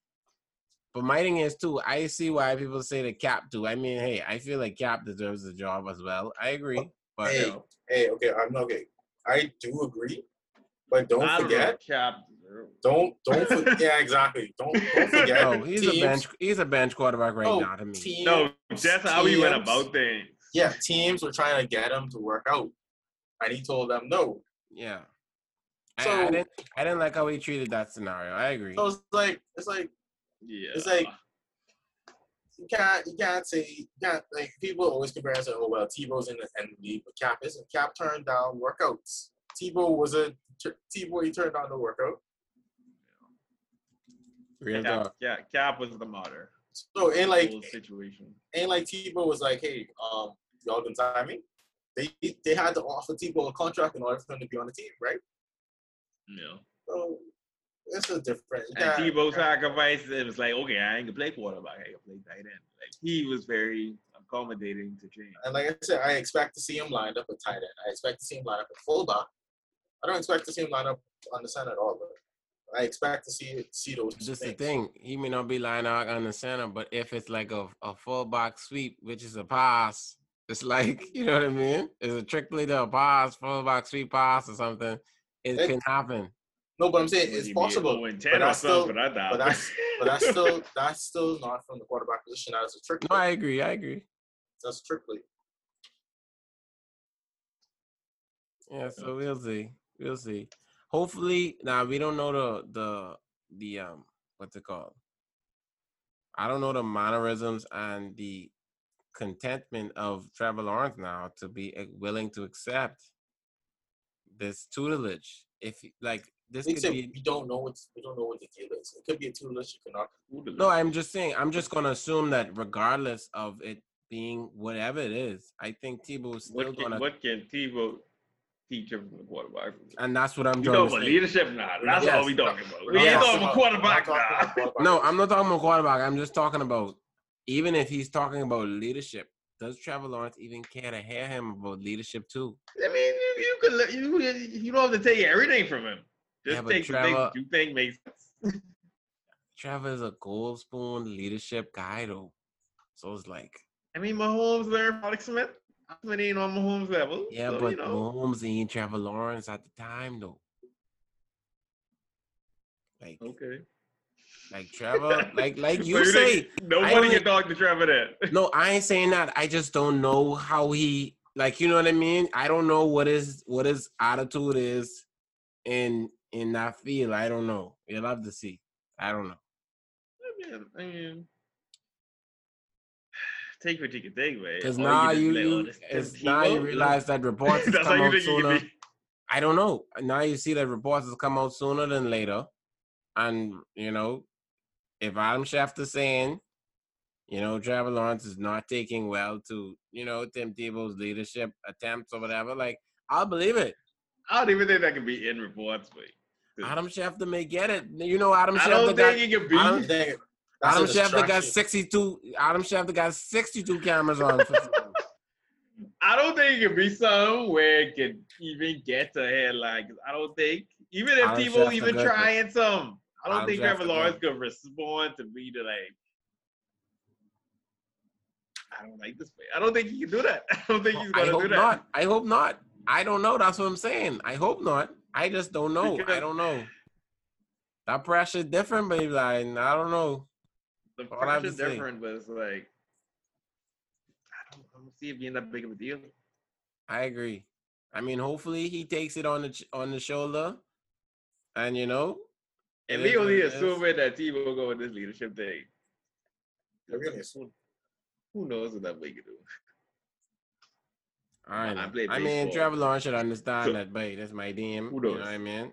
Speaker 1: but my thing is too. I see why people say the cap too. I mean, hey, I feel like cap deserves the job as well. I agree, but
Speaker 2: Hey, hey, okay, I'm not okay. I do agree, but don't
Speaker 3: I don't know,
Speaker 2: forget.
Speaker 3: Cap.
Speaker 2: Don't don't forget. yeah, exactly. Don't don't
Speaker 3: <laughs>
Speaker 2: forget.
Speaker 1: no, he's a
Speaker 2: teams-
Speaker 1: bench. He's a bench quarterback right
Speaker 2: Oh,
Speaker 1: now to me.
Speaker 2: teams-
Speaker 3: No, that's how we went
Speaker 2: Teams.
Speaker 3: about things.
Speaker 2: Yeah, teams were trying to get him to work out, and he told them no.
Speaker 1: Yeah.
Speaker 2: So-
Speaker 1: I, I didn't I didn't like how he treated that scenario. I agree.
Speaker 2: So it's like it's like
Speaker 3: Yeah.
Speaker 2: It's like- you can't you can't say you can't like people always compare and say, oh well Tebow's in the end league, but Cap isn't. Cap turned down workouts. Tebow was a Tebow he turned down the workout.
Speaker 1: Real
Speaker 3: Cap,
Speaker 1: talk.
Speaker 3: yeah, Cap was the martyr.
Speaker 2: So ain't like
Speaker 3: whole situation.
Speaker 2: ain't like Tebow was like, hey, um, y'all can sign me. They they had to offer Tebow a contract in order for him to be on the team, right?
Speaker 3: Yeah.
Speaker 2: So it's a different. you
Speaker 3: And
Speaker 2: can't-
Speaker 3: Tebow sacrificed. It was like, okay, I ain't gonna play quarterback. I can play tight end. Like he was very accommodating to change.
Speaker 2: And like I said, I expect to see him lined up at tight end. I expect to see him lined up at fullback. I don't expect to see him lined up on the center at all. But I expect to see see those.
Speaker 1: Just the
Speaker 2: things.
Speaker 1: thing. He may not be lying out on the center, but if it's like a, a full box sweep, which is a pass, it's like, <laughs> you know what I mean? It's a trick play to a pass, full box sweep pass or something. It
Speaker 2: It-
Speaker 1: can happen.
Speaker 2: No, but I'm saying
Speaker 3: When
Speaker 2: it's
Speaker 3: he made
Speaker 2: possible.
Speaker 3: 0 and 10
Speaker 2: But
Speaker 3: or
Speaker 2: that's still,
Speaker 3: something for that
Speaker 2: but
Speaker 3: matter.
Speaker 2: that's, but that's
Speaker 3: <laughs>
Speaker 2: still, that's still not from the quarterback position. That's a trick.
Speaker 1: No,
Speaker 2: play.
Speaker 1: I agree. I agree.
Speaker 2: That's a trick play.
Speaker 1: Yeah, so we'll see. We'll see. Hopefully, now we don't know the the the um what's it called? I don't know the mannerisms and the contentment of Trevor Lawrence now to be uh, willing to accept this tutelage. If he- like this
Speaker 2: They
Speaker 1: could
Speaker 2: said
Speaker 1: be
Speaker 2: we don't know what we don't know what the deal is. It could be a two list you cannot.
Speaker 1: no, I'm just saying. I'm just gonna assume that regardless of it being whatever it is, I think Tebow's still
Speaker 3: what,
Speaker 1: gonna,
Speaker 3: can, what can Tebow teach him from the quarterback?
Speaker 1: and that's what I'm
Speaker 3: We
Speaker 1: trying
Speaker 3: talking
Speaker 1: to
Speaker 3: about
Speaker 1: say.
Speaker 3: leadership now. That's
Speaker 1: Yes.
Speaker 3: all we talking about.
Speaker 2: We're
Speaker 3: We ain't
Speaker 1: Yes.
Speaker 2: not
Speaker 3: talking about quarterback
Speaker 2: we're not talking
Speaker 3: now.
Speaker 2: about quarterback.
Speaker 1: No, I'm not talking about quarterback. I'm just talking about even if he's talking about leadership. Does Trevor Lawrence even care to hear him about leadership too?
Speaker 3: I mean, you, you could let- you you don't have to take everything from him. Just
Speaker 1: Yeah, but
Speaker 3: take
Speaker 1: Trevor-
Speaker 3: the things you think makes sense.
Speaker 1: Trevor is a gold spoon leadership guy though, so it's like
Speaker 3: I mean, Mahomes learned Alex Smith. Alex Smith ain't on Mahomes level.
Speaker 1: yeah,
Speaker 3: so,
Speaker 1: but
Speaker 3: you know,
Speaker 1: Mahomes ain't Trevor Lawrence at the time though. Like,
Speaker 3: okay. <laughs>
Speaker 1: like Trevor, like like you
Speaker 3: So
Speaker 1: say,
Speaker 3: didn't- nobody
Speaker 1: only-
Speaker 3: can talk to Trevor then. <laughs>
Speaker 1: No, I ain't saying that. I just don't know how he like you know what I mean? I don't know what his what his attitude is in in that field. I don't know. You'll have to see. I don't know.
Speaker 3: I mean, I mean, <sighs> take what you can take, man.
Speaker 1: Because
Speaker 3: All
Speaker 1: now
Speaker 3: just
Speaker 1: you,
Speaker 3: let all
Speaker 1: you
Speaker 3: this
Speaker 1: it's
Speaker 3: Tim
Speaker 1: now
Speaker 3: Tebow,
Speaker 1: you
Speaker 3: know? <laughs>
Speaker 1: realize that reports
Speaker 3: that's how
Speaker 1: come
Speaker 3: you
Speaker 1: out
Speaker 3: think you
Speaker 1: sooner.
Speaker 3: can be.
Speaker 1: I don't know. Now you see that reports has come out sooner than later. And you know, if Adam Schefter saying, you know, Trevor Lawrence is not taking well to, you know, Tim Tebow's leadership attempts or whatever, like I'll believe it.
Speaker 3: I don't even think that can be in reports, but
Speaker 1: Adam Schefter may get it. You know, Adam
Speaker 3: I don't
Speaker 1: Schefter
Speaker 3: think
Speaker 1: got
Speaker 3: it can
Speaker 1: I don't-
Speaker 3: be.
Speaker 2: Dang it. That's a
Speaker 1: Adam Schefter got
Speaker 2: distraction.
Speaker 1: sixty-two. Adam Schefter got sixty-two cameras on.
Speaker 3: I don't think it can be something where it can even get to headline. 'cause I don't think even if
Speaker 1: Adam
Speaker 3: Tebow
Speaker 1: Schefter
Speaker 3: even
Speaker 1: good,
Speaker 3: trying some, I don't
Speaker 1: Adam
Speaker 3: think Trevor
Speaker 1: Schefter
Speaker 3: Lawrence could respond to me to like. I don't like this play. I don't think he can do that. <laughs> I don't think he's
Speaker 1: I
Speaker 3: gonna do
Speaker 1: hope
Speaker 3: that.
Speaker 1: not. I hope not. I don't know. That's what I'm saying. I hope not. I just don't know. I
Speaker 3: Because-
Speaker 1: don't know. That pressure different, baby. Like I don't know.
Speaker 3: The
Speaker 1: All I have
Speaker 3: pressure's
Speaker 1: to say.
Speaker 3: different, but it's like I don't, I don't see it being that big of a deal.
Speaker 1: I agree. I mean, hopefully he takes it on the ch- on the shoulder, and you know,
Speaker 3: And
Speaker 1: It
Speaker 3: we
Speaker 1: is what
Speaker 3: only
Speaker 1: it is.
Speaker 3: assuming that Tebow will go with this leadership thing.
Speaker 2: They're really soon.
Speaker 3: Who knows what that we can do?
Speaker 1: All right.
Speaker 3: I
Speaker 1: now.
Speaker 3: play
Speaker 1: I, mean,
Speaker 3: baseball.
Speaker 1: Trevor Lawrence should understand
Speaker 3: So-
Speaker 1: that, but that's my DM.
Speaker 3: Who
Speaker 1: You know
Speaker 3: knows?
Speaker 1: what I mean?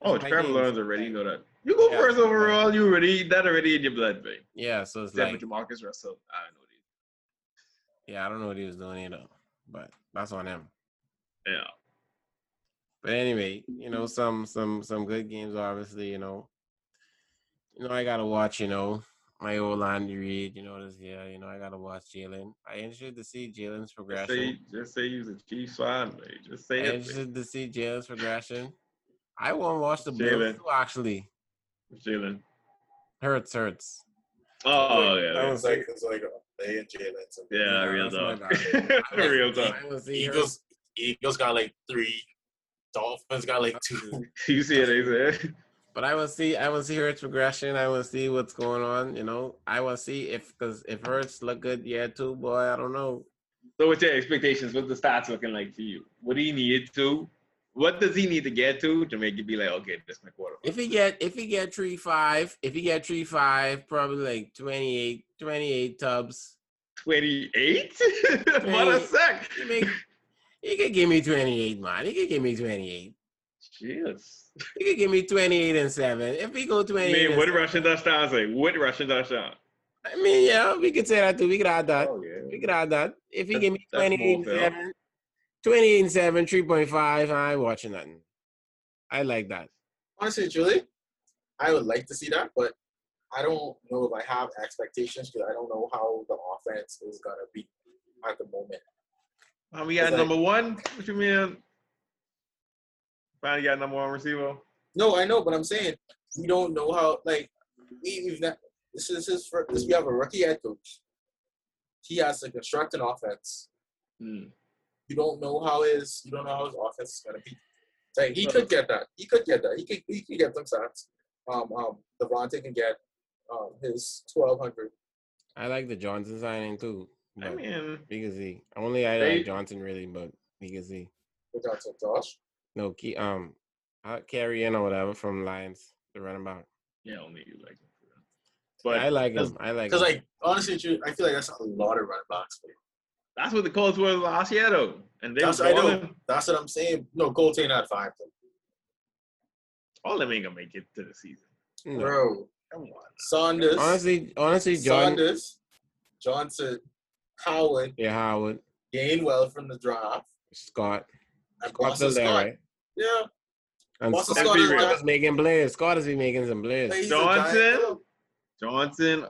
Speaker 3: Oh,
Speaker 1: That's my
Speaker 3: Trevor
Speaker 1: team.
Speaker 3: Lawrence already you know that. You go
Speaker 1: Yeah.
Speaker 3: first overall. You already that already in your blood, man.
Speaker 1: Yeah, so it's
Speaker 3: Except
Speaker 1: like,
Speaker 3: for Jamarcus Russell. I don't know. These.
Speaker 1: yeah, I don't know what he was doing either, but that's on him.
Speaker 3: Yeah,
Speaker 1: But anyway, you know, some some some good games, obviously. You know, you know, I gotta watch. You know, my old Landry Reed. You know this year. You know, I gotta watch Jalen. I interested to see Jalen's
Speaker 3: just say
Speaker 1: progression.
Speaker 3: just say you was a Chiefs fan, man. Just
Speaker 1: I
Speaker 3: say it. man.
Speaker 1: interested to see Jalen's progression. I won't watch the Bills
Speaker 3: Jalen.
Speaker 1: too, actually.
Speaker 3: Jalen.
Speaker 1: Hurts, hurts.
Speaker 3: Oh
Speaker 2: Like,
Speaker 3: yeah,
Speaker 1: that
Speaker 2: It's like it's like a they and Jalen. It's like-
Speaker 3: yeah, yeah,
Speaker 1: no,
Speaker 3: real
Speaker 1: that's my
Speaker 3: talk. <laughs>
Speaker 1: I-
Speaker 3: real talk.
Speaker 1: I will see Hurts.
Speaker 2: Eagles Eagles got like three. Dolphins got like two.
Speaker 3: You see it, they said.
Speaker 1: But I will see. I will see Hurts progression. I will see what's going on. You know, I will see if because if Hurts look good, yeah, too, boy. I don't know.
Speaker 3: So what's your expectations? What's the stats looking like for you? What do you need to? What does he need to get to to make you be like, okay, this my quarterback?
Speaker 1: If he get if he get three five, if he get three five, probably like 28, 28 tubs.
Speaker 3: 28? <laughs> what a
Speaker 1: Twenty-
Speaker 3: sec.
Speaker 1: He
Speaker 3: <laughs>
Speaker 1: make. He could give me twenty eight, man. He could give me twenty eight.
Speaker 3: Jeez.
Speaker 1: He could give me twenty eight and seven. If he go twenty eight,
Speaker 3: Man, what
Speaker 1: and
Speaker 3: did Russian touchdown say? What did Russian touchdown?
Speaker 1: I mean, yeah, we could say that too. We could add that.
Speaker 3: Oh,
Speaker 1: We
Speaker 3: yeah.
Speaker 1: could add that. If he
Speaker 3: That's-
Speaker 1: give me
Speaker 3: that's
Speaker 1: 28 and
Speaker 3: more fair.
Speaker 1: 7, 28 and 7, 3.5, I ain't watching nothing. I like that.
Speaker 2: Honestly, Julie, I would like to see that, but I don't know if I have expectations because I don't know how the offense is gonna be at the moment.
Speaker 3: Oh, we got
Speaker 2: It's like-
Speaker 3: number one? What you mean? Finally got number one receiver?
Speaker 2: No, I know, but I'm saying we don't know how. Like we, we've not. This is his. First, this we have a rookie head coach. He has to construct an offense.
Speaker 3: Mm,
Speaker 2: You don't know how his. You don't know how his offense is gonna be. Like he could get that. He could get that. He could. He could get some sacks. Um, um, Devontae can get um his 1200.
Speaker 1: I like the Johnson signing too.
Speaker 3: I
Speaker 1: But
Speaker 3: mean,
Speaker 1: we can see. Only I
Speaker 3: They-
Speaker 1: like Johnson really, but we can see.
Speaker 2: Without some Josh.
Speaker 1: No, key, um, carry in or whatever from Lions, the running back.
Speaker 3: yeah, only you like him. But
Speaker 1: I like
Speaker 2: Cause-
Speaker 1: him. I like him.
Speaker 2: Because like honestly, Drew, I feel like that's a lot of running backs. man.
Speaker 3: that's what the Colts were last year, though. And they
Speaker 2: That's
Speaker 3: was
Speaker 2: I know.
Speaker 3: balling.
Speaker 2: That's what I'm saying. No, Golden at five,
Speaker 3: all of them ain't gonna make it to the season.
Speaker 1: No.
Speaker 2: bro.
Speaker 3: Come on.
Speaker 2: Saunders,
Speaker 1: honestly, honestly, Jordan.
Speaker 2: Saunders, Johnson, Howard,
Speaker 1: Yeah, Howard
Speaker 2: Gainwell from the draft,
Speaker 1: Scott.
Speaker 2: and
Speaker 1: Scott's
Speaker 2: Boston
Speaker 1: still there,
Speaker 2: Scott.
Speaker 1: right?
Speaker 2: Yeah,
Speaker 1: And
Speaker 2: Boston
Speaker 1: Scott,
Speaker 2: Scott is
Speaker 1: Scott
Speaker 2: like-
Speaker 1: is making plays. Scott is be making some
Speaker 2: but
Speaker 1: plays.
Speaker 2: he's a giant
Speaker 3: Johnson?
Speaker 2: dog.
Speaker 3: Johnson,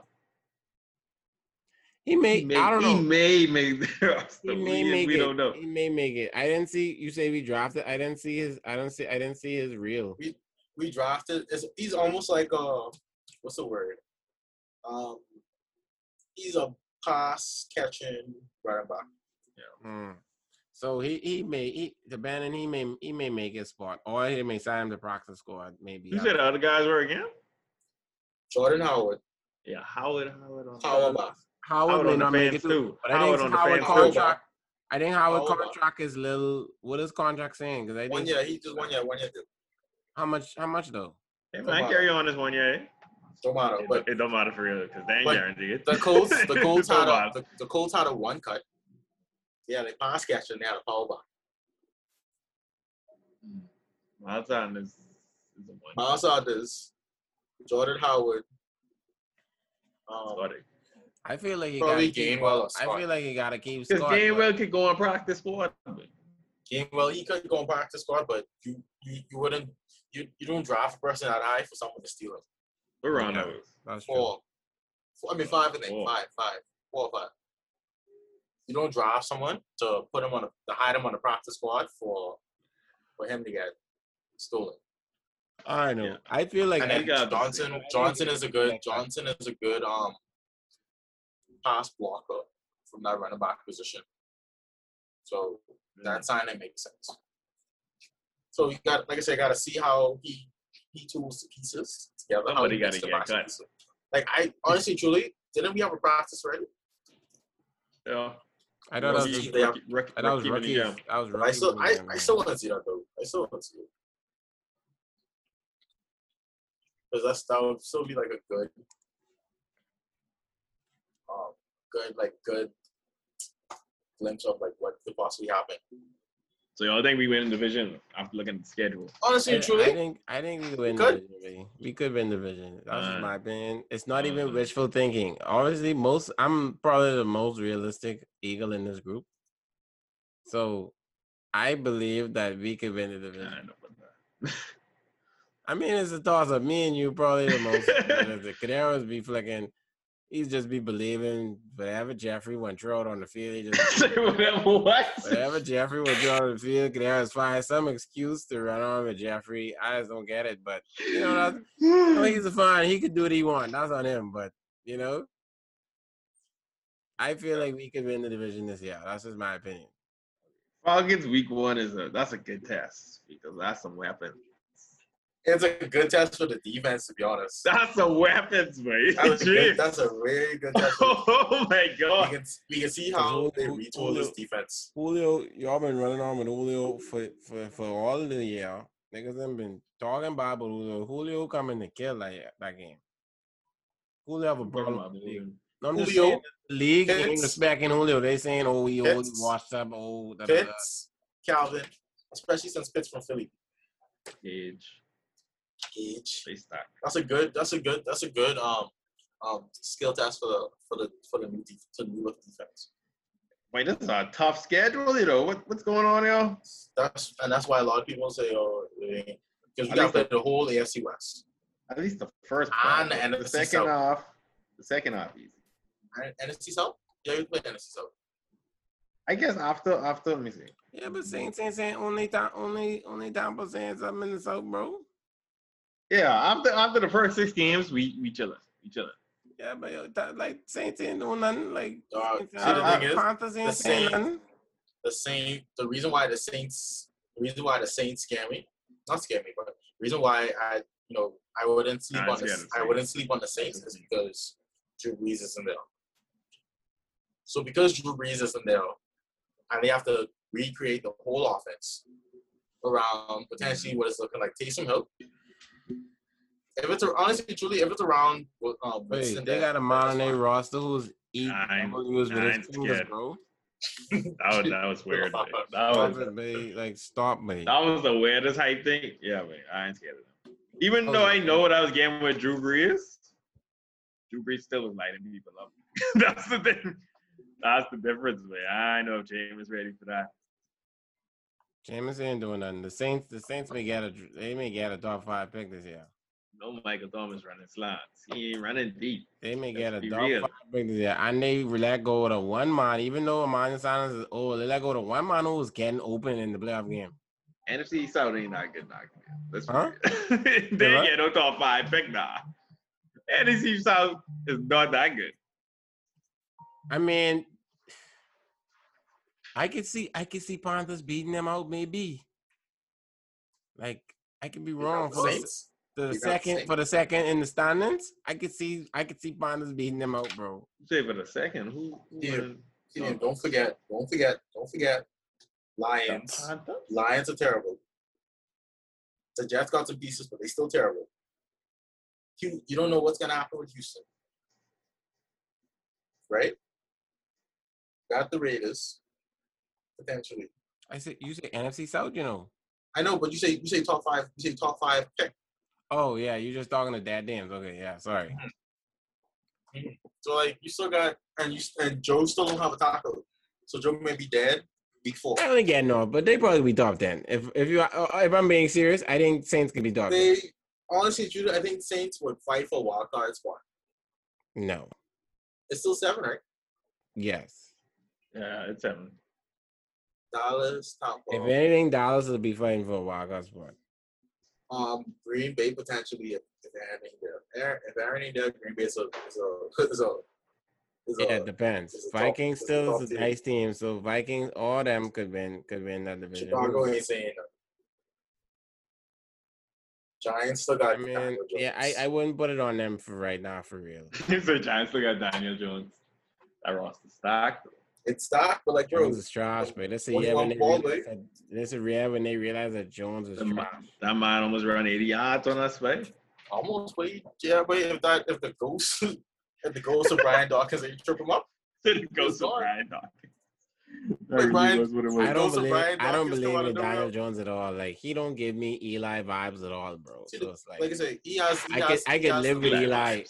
Speaker 1: He
Speaker 3: he
Speaker 1: may.
Speaker 3: may,
Speaker 1: I don't know.
Speaker 3: he may make the <laughs> roster.
Speaker 1: He may
Speaker 3: We,
Speaker 1: make
Speaker 3: we
Speaker 1: it.
Speaker 3: don't know.
Speaker 1: He may make it. I didn't see you say we drafted. I didn't see his. I don't see. I didn't see his real.
Speaker 2: We drafted. It's, he's almost like a what's the word? Um, he's a pass catching running back.
Speaker 1: Mm. So he he may he the Bannon he may he may make his spot or he may sign him to practice squad maybe.
Speaker 3: You
Speaker 1: I
Speaker 3: said
Speaker 1: don't-
Speaker 3: the other guys were again?
Speaker 2: Jordan Howard,
Speaker 3: Yeah, Howard, Howard, on-
Speaker 2: Howard back.
Speaker 1: Howard may
Speaker 3: on the
Speaker 1: not make it
Speaker 3: fans
Speaker 1: too.
Speaker 3: too.
Speaker 1: But I
Speaker 3: Howard
Speaker 1: think
Speaker 3: on the
Speaker 1: Howard
Speaker 3: fans
Speaker 2: Howard
Speaker 3: too.
Speaker 2: back.
Speaker 1: contract. I think Howard
Speaker 2: Howard.
Speaker 1: contract is little. What is contract saying? Because I
Speaker 2: One
Speaker 1: think
Speaker 2: year, he just one year, one year.
Speaker 1: how much how much though?
Speaker 3: They might carry on this one year. eh?
Speaker 2: Don't matter.
Speaker 3: It,
Speaker 2: But
Speaker 3: don't- it don't matter for real because they ain't
Speaker 2: but
Speaker 3: guaranteed it.
Speaker 2: the Colts, the
Speaker 3: <laughs> It
Speaker 2: Colts
Speaker 3: don't
Speaker 2: had a,
Speaker 3: matter.
Speaker 2: the, the Colts had a one cut. Yeah, they pass catcher and they had a power back.
Speaker 3: Miles Allen is, is a one.
Speaker 2: Miles Sanders, Jordan Howard. Um,
Speaker 3: Because
Speaker 1: I feel like he
Speaker 2: Probably
Speaker 1: gotta keep,
Speaker 2: Gainwell or
Speaker 1: I
Speaker 2: Scott.
Speaker 1: feel like he gotta keep Scott.
Speaker 3: Gainwell could go on practice squad.
Speaker 2: game. Well, he could go back to squad, but you you, you wouldn't you, you don't draft a person that high for someone to steal him.
Speaker 3: We're on
Speaker 1: Yeah.
Speaker 3: those.
Speaker 1: but that's true.
Speaker 2: Four, four I mean five and
Speaker 3: Four.
Speaker 2: eight, five, five, four or five. You don't draft someone to put him on a, to hide him on the practice squad for for him to get stolen.
Speaker 1: I know.
Speaker 3: Yeah.
Speaker 1: I feel like
Speaker 2: and
Speaker 1: I-
Speaker 2: then
Speaker 3: think, uh,
Speaker 2: Johnson Johnson is a good Johnson is a good um pass blocker from that running back position. So that signing makes sense. So you got like I said, gotta see how he he tools the pieces together. how
Speaker 3: Somebody
Speaker 2: he
Speaker 3: gotta
Speaker 2: puts the
Speaker 3: get
Speaker 2: matching
Speaker 3: cut.
Speaker 2: pieces. Like I honestly, Julie, didn't we have a practice ready?
Speaker 3: Yeah.
Speaker 1: I don't know.
Speaker 2: Rookie-
Speaker 1: if-
Speaker 2: they have-
Speaker 3: rookie,
Speaker 1: I was
Speaker 3: rookie
Speaker 1: rookie.
Speaker 3: of the year.
Speaker 1: I was
Speaker 2: I
Speaker 1: rookie.
Speaker 2: still I,
Speaker 1: man.
Speaker 2: I still wanna see that though. I still wanna see it. Because that's that would still be like a good um good like good glimpse of like what could possibly happen.
Speaker 3: So y'all think we win the division after looking at the schedule?
Speaker 2: Honestly,
Speaker 1: I,
Speaker 2: truly,
Speaker 1: I think I think we win
Speaker 2: could.
Speaker 1: the division. We could win the division. That's just
Speaker 3: Uh,
Speaker 1: my opinion. It's not even
Speaker 3: uh.
Speaker 1: wishful thinking. Obviously, most I'm probably the most realistic eagle in this group. So I believe that we could win the
Speaker 3: Nah, I
Speaker 1: division.
Speaker 3: don't know about that. <laughs>
Speaker 1: I mean, it's a toss up. Me and you probably the most realistic. Cadero's be flicking. He's just be believing whatever Jeffrey went throw out on the field. He just
Speaker 3: Say whatever, what?
Speaker 1: Whatever Jeffrey would draw on the field, could always find some excuse to run on with Jeffrey. I just don't get it, but you know, that's, you
Speaker 3: <laughs>
Speaker 1: know, he's fine. He could do what he want. That's on him. But you know, I feel like we could win the division this year. That's just my opinion.
Speaker 3: Falcons week one is a that's a good test because that's some weapons.
Speaker 2: it's a good test for the defense, to be honest.
Speaker 3: That's some weapons, man.
Speaker 2: That's a,
Speaker 3: Jeez.
Speaker 2: good, that's
Speaker 3: <laughs>
Speaker 2: a really good
Speaker 1: <laughs>
Speaker 2: test. for the-
Speaker 3: oh my
Speaker 2: we,
Speaker 3: god.
Speaker 2: can, we can see how they retool this defense.
Speaker 1: Julio, y'all been running on with Julio for for, for all of the year. Niggas have been talking about Julio. Julio coming to kill like that game. Julio have a problem. with the league. No, I'm just
Speaker 2: Julio,
Speaker 1: saying the league ain't
Speaker 2: Pitts.
Speaker 1: respecting Julio. They saying, oh, he old, he
Speaker 2: Pitts.
Speaker 1: washed up, oh, da, da, da.
Speaker 2: Pitts, Calvin, especially since Pitts from Philly.
Speaker 3: Gage.
Speaker 2: Gage.
Speaker 3: They stack.
Speaker 2: That's a good. That's a good. That's a good um um skill test for the for the for the new def- for the new look defense.
Speaker 3: Wait, this is a tough schedule, you know. What what's going on, y'all?
Speaker 2: That's and that's why a lot of people say, oh, because we got
Speaker 3: At
Speaker 2: to
Speaker 3: least
Speaker 2: play the whole AFC West
Speaker 3: At least the first
Speaker 2: And
Speaker 3: part.
Speaker 2: the
Speaker 3: the
Speaker 2: NFC
Speaker 3: second
Speaker 2: South.
Speaker 3: half. The second half easy.
Speaker 2: and NFC South. Yeah, we play NFC South.
Speaker 3: I guess after after let me see.
Speaker 1: Yeah, but Saints ain't saying only time, only only Tampa saying something in the South, bro.
Speaker 3: Yeah, after after the first six games, we we chilling. We chilling.
Speaker 1: Yeah, but yo, that, like Saints ain't doing nothing. Like
Speaker 2: Dog,
Speaker 1: Saints-
Speaker 2: Uh, Oh, see,
Speaker 1: I
Speaker 2: the
Speaker 1: don't know,
Speaker 2: thing is,
Speaker 1: Panthers ain't
Speaker 2: the
Speaker 1: saying
Speaker 2: Saints-
Speaker 1: nothing.
Speaker 2: the same the reason why the Saints the reason why the Saints scare me not scare me but the reason why I you know I wouldn't sleep
Speaker 3: Nah,
Speaker 2: on
Speaker 3: it's
Speaker 2: the,
Speaker 3: gotta be
Speaker 2: I wouldn't sleep on the Saints <laughs> is because Drew Brees isn't there. So because Drew Brees isn't there, and they have to recreate the whole offense around potentially what it's looking like Taysom Hill, If it's a- honestly, truly, if it's around, uh,
Speaker 1: Wait,
Speaker 2: Winston,
Speaker 1: they
Speaker 2: that-
Speaker 1: got a
Speaker 2: that's
Speaker 1: modern day
Speaker 2: fine.
Speaker 1: roster who's eating
Speaker 3: I'm-
Speaker 1: W's with
Speaker 3: I'm
Speaker 1: his fingers,
Speaker 3: scared.
Speaker 1: bro.
Speaker 3: That was that was weird. man. That
Speaker 1: Stop
Speaker 3: was
Speaker 1: it, man. Like, stop, man.
Speaker 2: Oh.
Speaker 3: that was the weirdest hype thing. Yeah, man, I ain't scared of them. Even
Speaker 1: Oh,
Speaker 3: though I
Speaker 1: yeah.
Speaker 3: know what I was getting with Drew Brees, Drew Brees still was lighting people up. <laughs> That's the thing. That's the difference, man. I know if James is ready for that.
Speaker 1: Jameis ain't doing nothing. The Saints, the Saints may get a, they may get a top five pick this year.
Speaker 3: No Michael Thomas running slots. He ain't running deep.
Speaker 1: They may
Speaker 3: Let's
Speaker 1: get a
Speaker 3: be
Speaker 1: top
Speaker 3: real.
Speaker 1: five pick this year. And they let go to one man, even though Amani Sanders is old, they let go to one man who was getting open in the playoff game.
Speaker 3: NFC South ain't not good knock, man. Let's be
Speaker 1: Huh?
Speaker 3: real. <laughs> they
Speaker 1: Yeah,
Speaker 3: ain't
Speaker 1: right?
Speaker 3: get no top five pick nah. NFC South is not that good.
Speaker 1: I mean, I could see I could see Panthers beating them out, maybe. Like I could be
Speaker 2: You got
Speaker 1: wrong
Speaker 2: the
Speaker 1: for the,
Speaker 2: Saints.
Speaker 1: the
Speaker 2: You got the
Speaker 1: second
Speaker 2: Saints.
Speaker 1: for the second in the standings. I could see I could see Panthers beating them out, bro.
Speaker 3: You say for the second, who, who
Speaker 2: Yeah.
Speaker 3: winning?
Speaker 2: Yeah, don't forget, don't forget, don't forget, Lions. Lions are terrible. The Jets got some pieces, but they still terrible. You you don't know what's gonna happen with Houston, right? Got the Raiders potentially.
Speaker 1: I said you say NFC South, you know.
Speaker 2: I know, but you say you say top five, you say top five pick.
Speaker 1: Oh yeah, you're just talking to Dad Dams. Okay, yeah, sorry.
Speaker 2: So like you still got and you and Joe still don't have a tackle, so Joe may be dead week four.
Speaker 1: I only get no, but they probably be top ten. If if you uh, if I'm being serious, I think Saints could be top. 10.
Speaker 2: They honestly, Judah, I think Saints would fight for a wild card spot.
Speaker 1: No,
Speaker 2: It's still seven, right?
Speaker 1: yes.
Speaker 3: Yeah, it's seven. <laughs>
Speaker 2: Dallas, Tampa,
Speaker 1: If anything, Dallas will be fighting for a wild card spot.
Speaker 2: um, Green Bay potentially if, if Aaron ain't there. Aaron, if Aaron ain't there, Green Bay is a is a <laughs> is a, is a
Speaker 1: Yeah, it depends.
Speaker 2: it's a top-
Speaker 1: Vikings
Speaker 2: it's a
Speaker 1: still
Speaker 2: top
Speaker 1: is a
Speaker 2: team.
Speaker 1: nice team, so Vikings, all them could win, could win that division.
Speaker 2: Chicago ain't saying nothing. Giants still got
Speaker 1: I mean,
Speaker 2: Daniel
Speaker 1: yeah, I,
Speaker 2: Jones.
Speaker 1: I wouldn't put it on them for right now, for real.
Speaker 3: so Giants still got Daniel Jones. That roster stacked.
Speaker 2: it's stock, but like bro,
Speaker 1: Jones is trash, but this a
Speaker 2: only
Speaker 1: year when
Speaker 2: one
Speaker 1: they
Speaker 2: ball,
Speaker 1: realize that, this a year when they realize that Jones is
Speaker 3: The mo-
Speaker 1: trash.
Speaker 3: That man almost ran 80 yards on us, <laughs> right?
Speaker 2: almost wait, yeah, wait, if that if the ghost <laughs> if the ghost of Brian Dawkins they trip him up,
Speaker 3: Didn't go to
Speaker 2: Sorry.
Speaker 3: Brian Dawkins.
Speaker 2: Wait, Brian-
Speaker 3: That's what it was.
Speaker 1: I don't
Speaker 2: Those are
Speaker 1: believe
Speaker 2: Brian
Speaker 1: I don't
Speaker 2: Dawkins
Speaker 1: believe
Speaker 2: going
Speaker 1: in
Speaker 2: to the
Speaker 1: Daniel
Speaker 2: round.
Speaker 1: Jones at all. Like he don't give me Eli vibes at all, bro.
Speaker 2: See,
Speaker 1: So it's like,
Speaker 2: like I said, he has he
Speaker 1: I
Speaker 2: has,
Speaker 1: could I
Speaker 2: he
Speaker 1: could
Speaker 2: has
Speaker 1: live
Speaker 2: some
Speaker 1: with
Speaker 2: bad-
Speaker 1: Eli.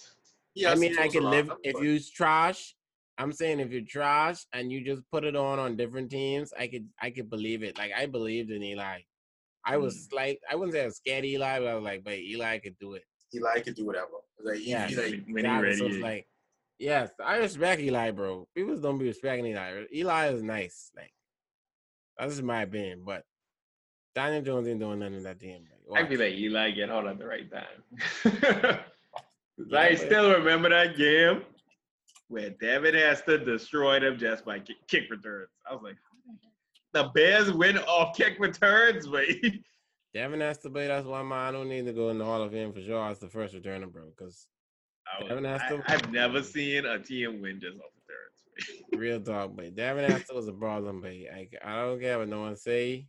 Speaker 2: he
Speaker 1: I
Speaker 2: has
Speaker 1: mean, I
Speaker 2: some tools
Speaker 1: could
Speaker 2: around
Speaker 1: live
Speaker 2: him,
Speaker 1: if
Speaker 2: but
Speaker 1: you trash. I'm saying if you're trash and you just put it on on different teams, I could I could believe it. Like I believed in Eli. I was
Speaker 3: Mm.
Speaker 1: like I wouldn't say I was scared of Eli, but I was like, but Eli could do it.
Speaker 2: Eli can do whatever. Like he,
Speaker 1: Yeah.
Speaker 2: he like
Speaker 3: when he
Speaker 1: Exactly.
Speaker 3: ready. eh?
Speaker 1: So it's
Speaker 3: he-
Speaker 1: like, yes, I respect Eli, bro. People don't be respecting Eli. Eli is nice. Like that's just my opinion, but Daniel Jones ain't doing nothing that damn.
Speaker 3: I
Speaker 1: Like,
Speaker 3: feel like Eli get out at the
Speaker 1: <laughs>
Speaker 3: right time. 'Cause
Speaker 1: Yeah,
Speaker 3: I
Speaker 1: but-
Speaker 3: still remember that game where Devin Hester destroyed him just by kick, kick returns. I was like, the Bears win off kick returns, but he- <laughs>
Speaker 1: Devin Hester, but that's why my I don't need to go in the Hall of Fame for sure. That's the first returner, bro, because
Speaker 3: I was,
Speaker 1: Devin Hester-
Speaker 3: I, have never seen a team win just off returns. <laughs>
Speaker 1: Real dog, but Devin Hester was a problem, but I, I don't care what no one say.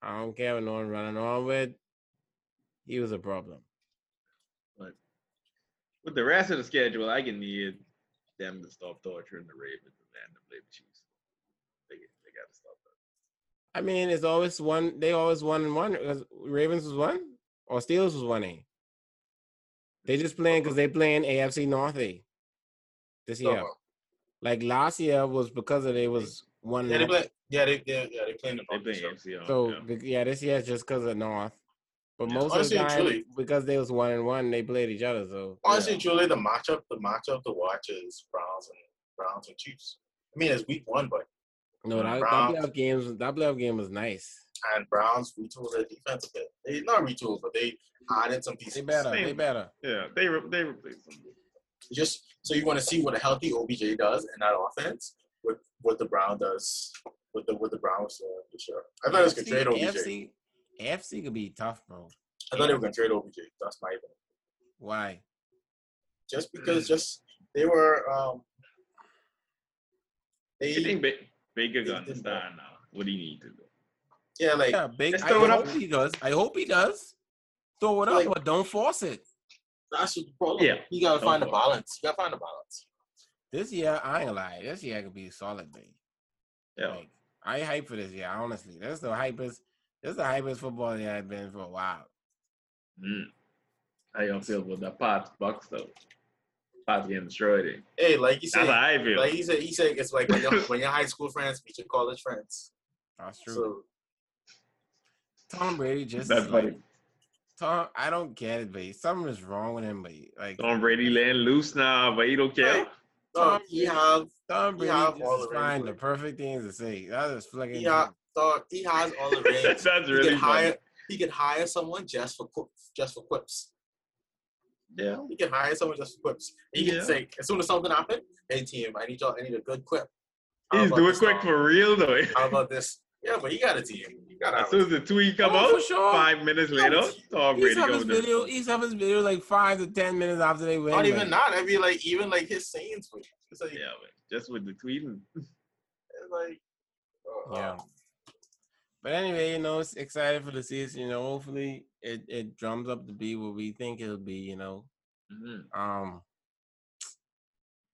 Speaker 1: I don't care what no one running on with. He was a problem.
Speaker 3: With the rest of the schedule, I can need them to stop torturing the Ravens and the Blade Chiefs. They, they got to stop that.
Speaker 1: I mean, it's always one. They always one and one. 'cause Ravens was one or Steelers was one A. They just playing because they playing AFC North A this year.
Speaker 2: so-
Speaker 1: Like last year was because of they was one.
Speaker 2: Yeah, they
Speaker 1: and
Speaker 2: play. Yeah, they yeah, yeah they playing the
Speaker 3: They
Speaker 2: Dolphins.
Speaker 3: play
Speaker 2: so.
Speaker 3: AFC.
Speaker 1: So
Speaker 3: yeah.
Speaker 1: yeah, yeah this year is just because of North. But
Speaker 3: Yeah.
Speaker 1: most
Speaker 2: Honestly,
Speaker 1: of the time,
Speaker 2: truly.
Speaker 1: because they was one and one, they played each other. So
Speaker 2: Honestly, truly, the matchup, the matchup to watch is Browns and Browns and Chiefs. I mean, it's week one, but
Speaker 1: no, that, that
Speaker 2: Browns.
Speaker 1: playoff games, that playoff game was nice.
Speaker 2: and Browns retool their defense a bit. They not retool, but they added some pieces.
Speaker 1: They better, they
Speaker 3: Same.
Speaker 1: better.
Speaker 3: Yeah, they re- they replaced them.
Speaker 2: Just so you want to see what a healthy OBJ does in that offense, what what the Brown does, what the what the Browns doing for sure. I thought it was gonna trade OBJ.
Speaker 1: AFC, AFC could be tough, bro.
Speaker 2: I thought they were gonna trade OBJ. That's my opinion.
Speaker 1: Why?
Speaker 2: Just because, just they were. um
Speaker 3: You
Speaker 2: They
Speaker 3: think ba- Baker
Speaker 2: they
Speaker 3: gonna
Speaker 2: did
Speaker 3: understand now? What do you need to do?
Speaker 2: yeah, like
Speaker 1: Yeah, big.
Speaker 3: Let's
Speaker 1: I
Speaker 3: throw it
Speaker 1: hope
Speaker 3: up.
Speaker 1: he does. I hope he does. Throw it up,
Speaker 2: Like-
Speaker 1: but don't force it.
Speaker 2: That's what the problem.
Speaker 3: Yeah.
Speaker 2: You gotta
Speaker 3: No
Speaker 2: find a
Speaker 3: problem.
Speaker 2: balance. You gotta find a balance.
Speaker 1: This year, I ain't lie. This year could be a solid thing.
Speaker 3: Yeah.
Speaker 1: Like, I hype for this year, honestly. This is the hypest. This is the hypest football year I've been for a while.
Speaker 3: Mm. How y'all feel about that Pats Bucks though? Pats getting destroyed. eh?
Speaker 2: Hey, like you said,
Speaker 3: That's how I feel.
Speaker 2: like he said, he said it's like when
Speaker 3: <laughs>
Speaker 2: your when your high school friends meet your college friends.
Speaker 1: That's true.
Speaker 2: So
Speaker 1: Tom Brady just
Speaker 3: That's
Speaker 1: is like,
Speaker 3: funny.
Speaker 1: Tom. I don't get it, but he- something is wrong with him. But he- like
Speaker 3: Tom Brady laying loose now, but he don't care.
Speaker 2: no,
Speaker 1: Tom
Speaker 2: he
Speaker 1: Brady.
Speaker 2: have
Speaker 1: Tom Brady
Speaker 2: have
Speaker 1: just
Speaker 2: all
Speaker 1: is
Speaker 2: the rings,
Speaker 1: finding the
Speaker 2: like-
Speaker 1: perfect things to say. That is flicking.
Speaker 2: Yeah. dog, he has all
Speaker 3: <laughs>
Speaker 2: the
Speaker 3: <laughs> That's
Speaker 2: rings. he
Speaker 3: really
Speaker 2: could hire
Speaker 3: funny.
Speaker 2: he could hire someone just for qu- just for quips.
Speaker 3: Yeah.
Speaker 2: He can hire someone just for quips. He can
Speaker 3: Yeah.
Speaker 2: say as soon as something happens, hey team, I need y'all I need a good quip. How
Speaker 3: He's
Speaker 2: about
Speaker 3: doing
Speaker 2: this,
Speaker 3: quick
Speaker 2: dog?
Speaker 3: for real though.
Speaker 2: How about this? Yeah, but he got a team. He got
Speaker 3: <laughs> As
Speaker 2: a
Speaker 3: soon as the tweet come
Speaker 1: Oh, for
Speaker 3: out,
Speaker 1: sure.
Speaker 3: five minutes later, Tom
Speaker 1: He's
Speaker 3: Brady
Speaker 1: up his
Speaker 3: goes
Speaker 1: video.
Speaker 3: to
Speaker 1: He's up his video like five to ten minutes after they win.
Speaker 2: not
Speaker 1: like,
Speaker 2: even not. I mean, like even like his sayings. were- It's like,
Speaker 3: Yeah, but just with the tweeting.
Speaker 2: it's like uh,
Speaker 1: Yeah. But anyway, you know, it's excited for the season. You know, hopefully it it drums up to be what we think it'll be. You know,
Speaker 3: Mhm.
Speaker 1: um,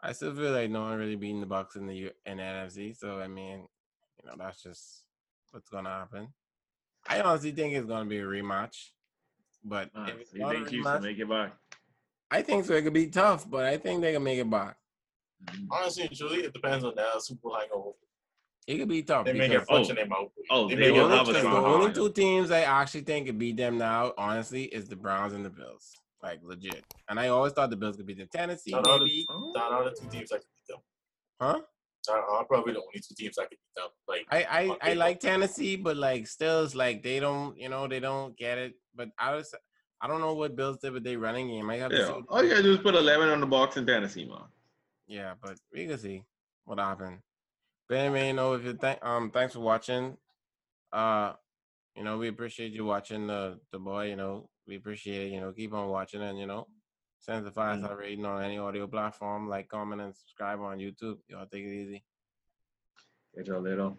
Speaker 1: I still feel like no one really beating the Bucks in the U- in the NFC. So I mean, you know, that's just what's gonna happen. I honestly think it's gonna be a rematch, but
Speaker 3: Ah,
Speaker 1: if it's
Speaker 3: so you
Speaker 1: not a
Speaker 3: think Houston
Speaker 1: rematch-
Speaker 3: make it back?
Speaker 1: I think so. It could be tough, but I think they can make it back.
Speaker 3: Mhm.
Speaker 2: honestly, and truly, it depends on the Super Bowl hangover.
Speaker 1: It could be tough.
Speaker 2: They may get
Speaker 1: because-
Speaker 3: Oh.
Speaker 2: punch in their mouth.
Speaker 3: Oh,
Speaker 2: they
Speaker 3: they
Speaker 2: may
Speaker 1: The
Speaker 3: gonna
Speaker 2: get
Speaker 1: only,
Speaker 3: have
Speaker 2: punch
Speaker 3: a
Speaker 2: in
Speaker 1: the
Speaker 2: their
Speaker 3: strong
Speaker 2: mouth.
Speaker 1: only
Speaker 3: lineup.
Speaker 1: two teams I actually think could beat them now, honestly, is the Browns and the Bills. Like legit. And I always thought the Bills could beat them. Tennessee,
Speaker 2: Shout out to-
Speaker 1: maybe.
Speaker 2: Not all the two teams that could beat them.
Speaker 1: Huh?
Speaker 2: Not all, probably the only two teams that could beat them. Like
Speaker 1: I, I, I
Speaker 2: Okay.
Speaker 1: like Tennessee, but like still it's like they don't you know, they don't get it. But I was I don't know what Bills did with their running game. I have to see
Speaker 3: Yeah.
Speaker 1: what-
Speaker 3: All you gotta do is put eleven on the box in Tennessee, man.
Speaker 1: Yeah, but we can see what happened. But anyway, you know, if you think um thanks for watching. Uh you know, we appreciate you watching the the boy, you know. We appreciate it, you know, keep on watching and you know, send us a five star rating on any audio platform, like, comment and subscribe on YouTube. Y'all take it easy.
Speaker 3: Catch y'all later.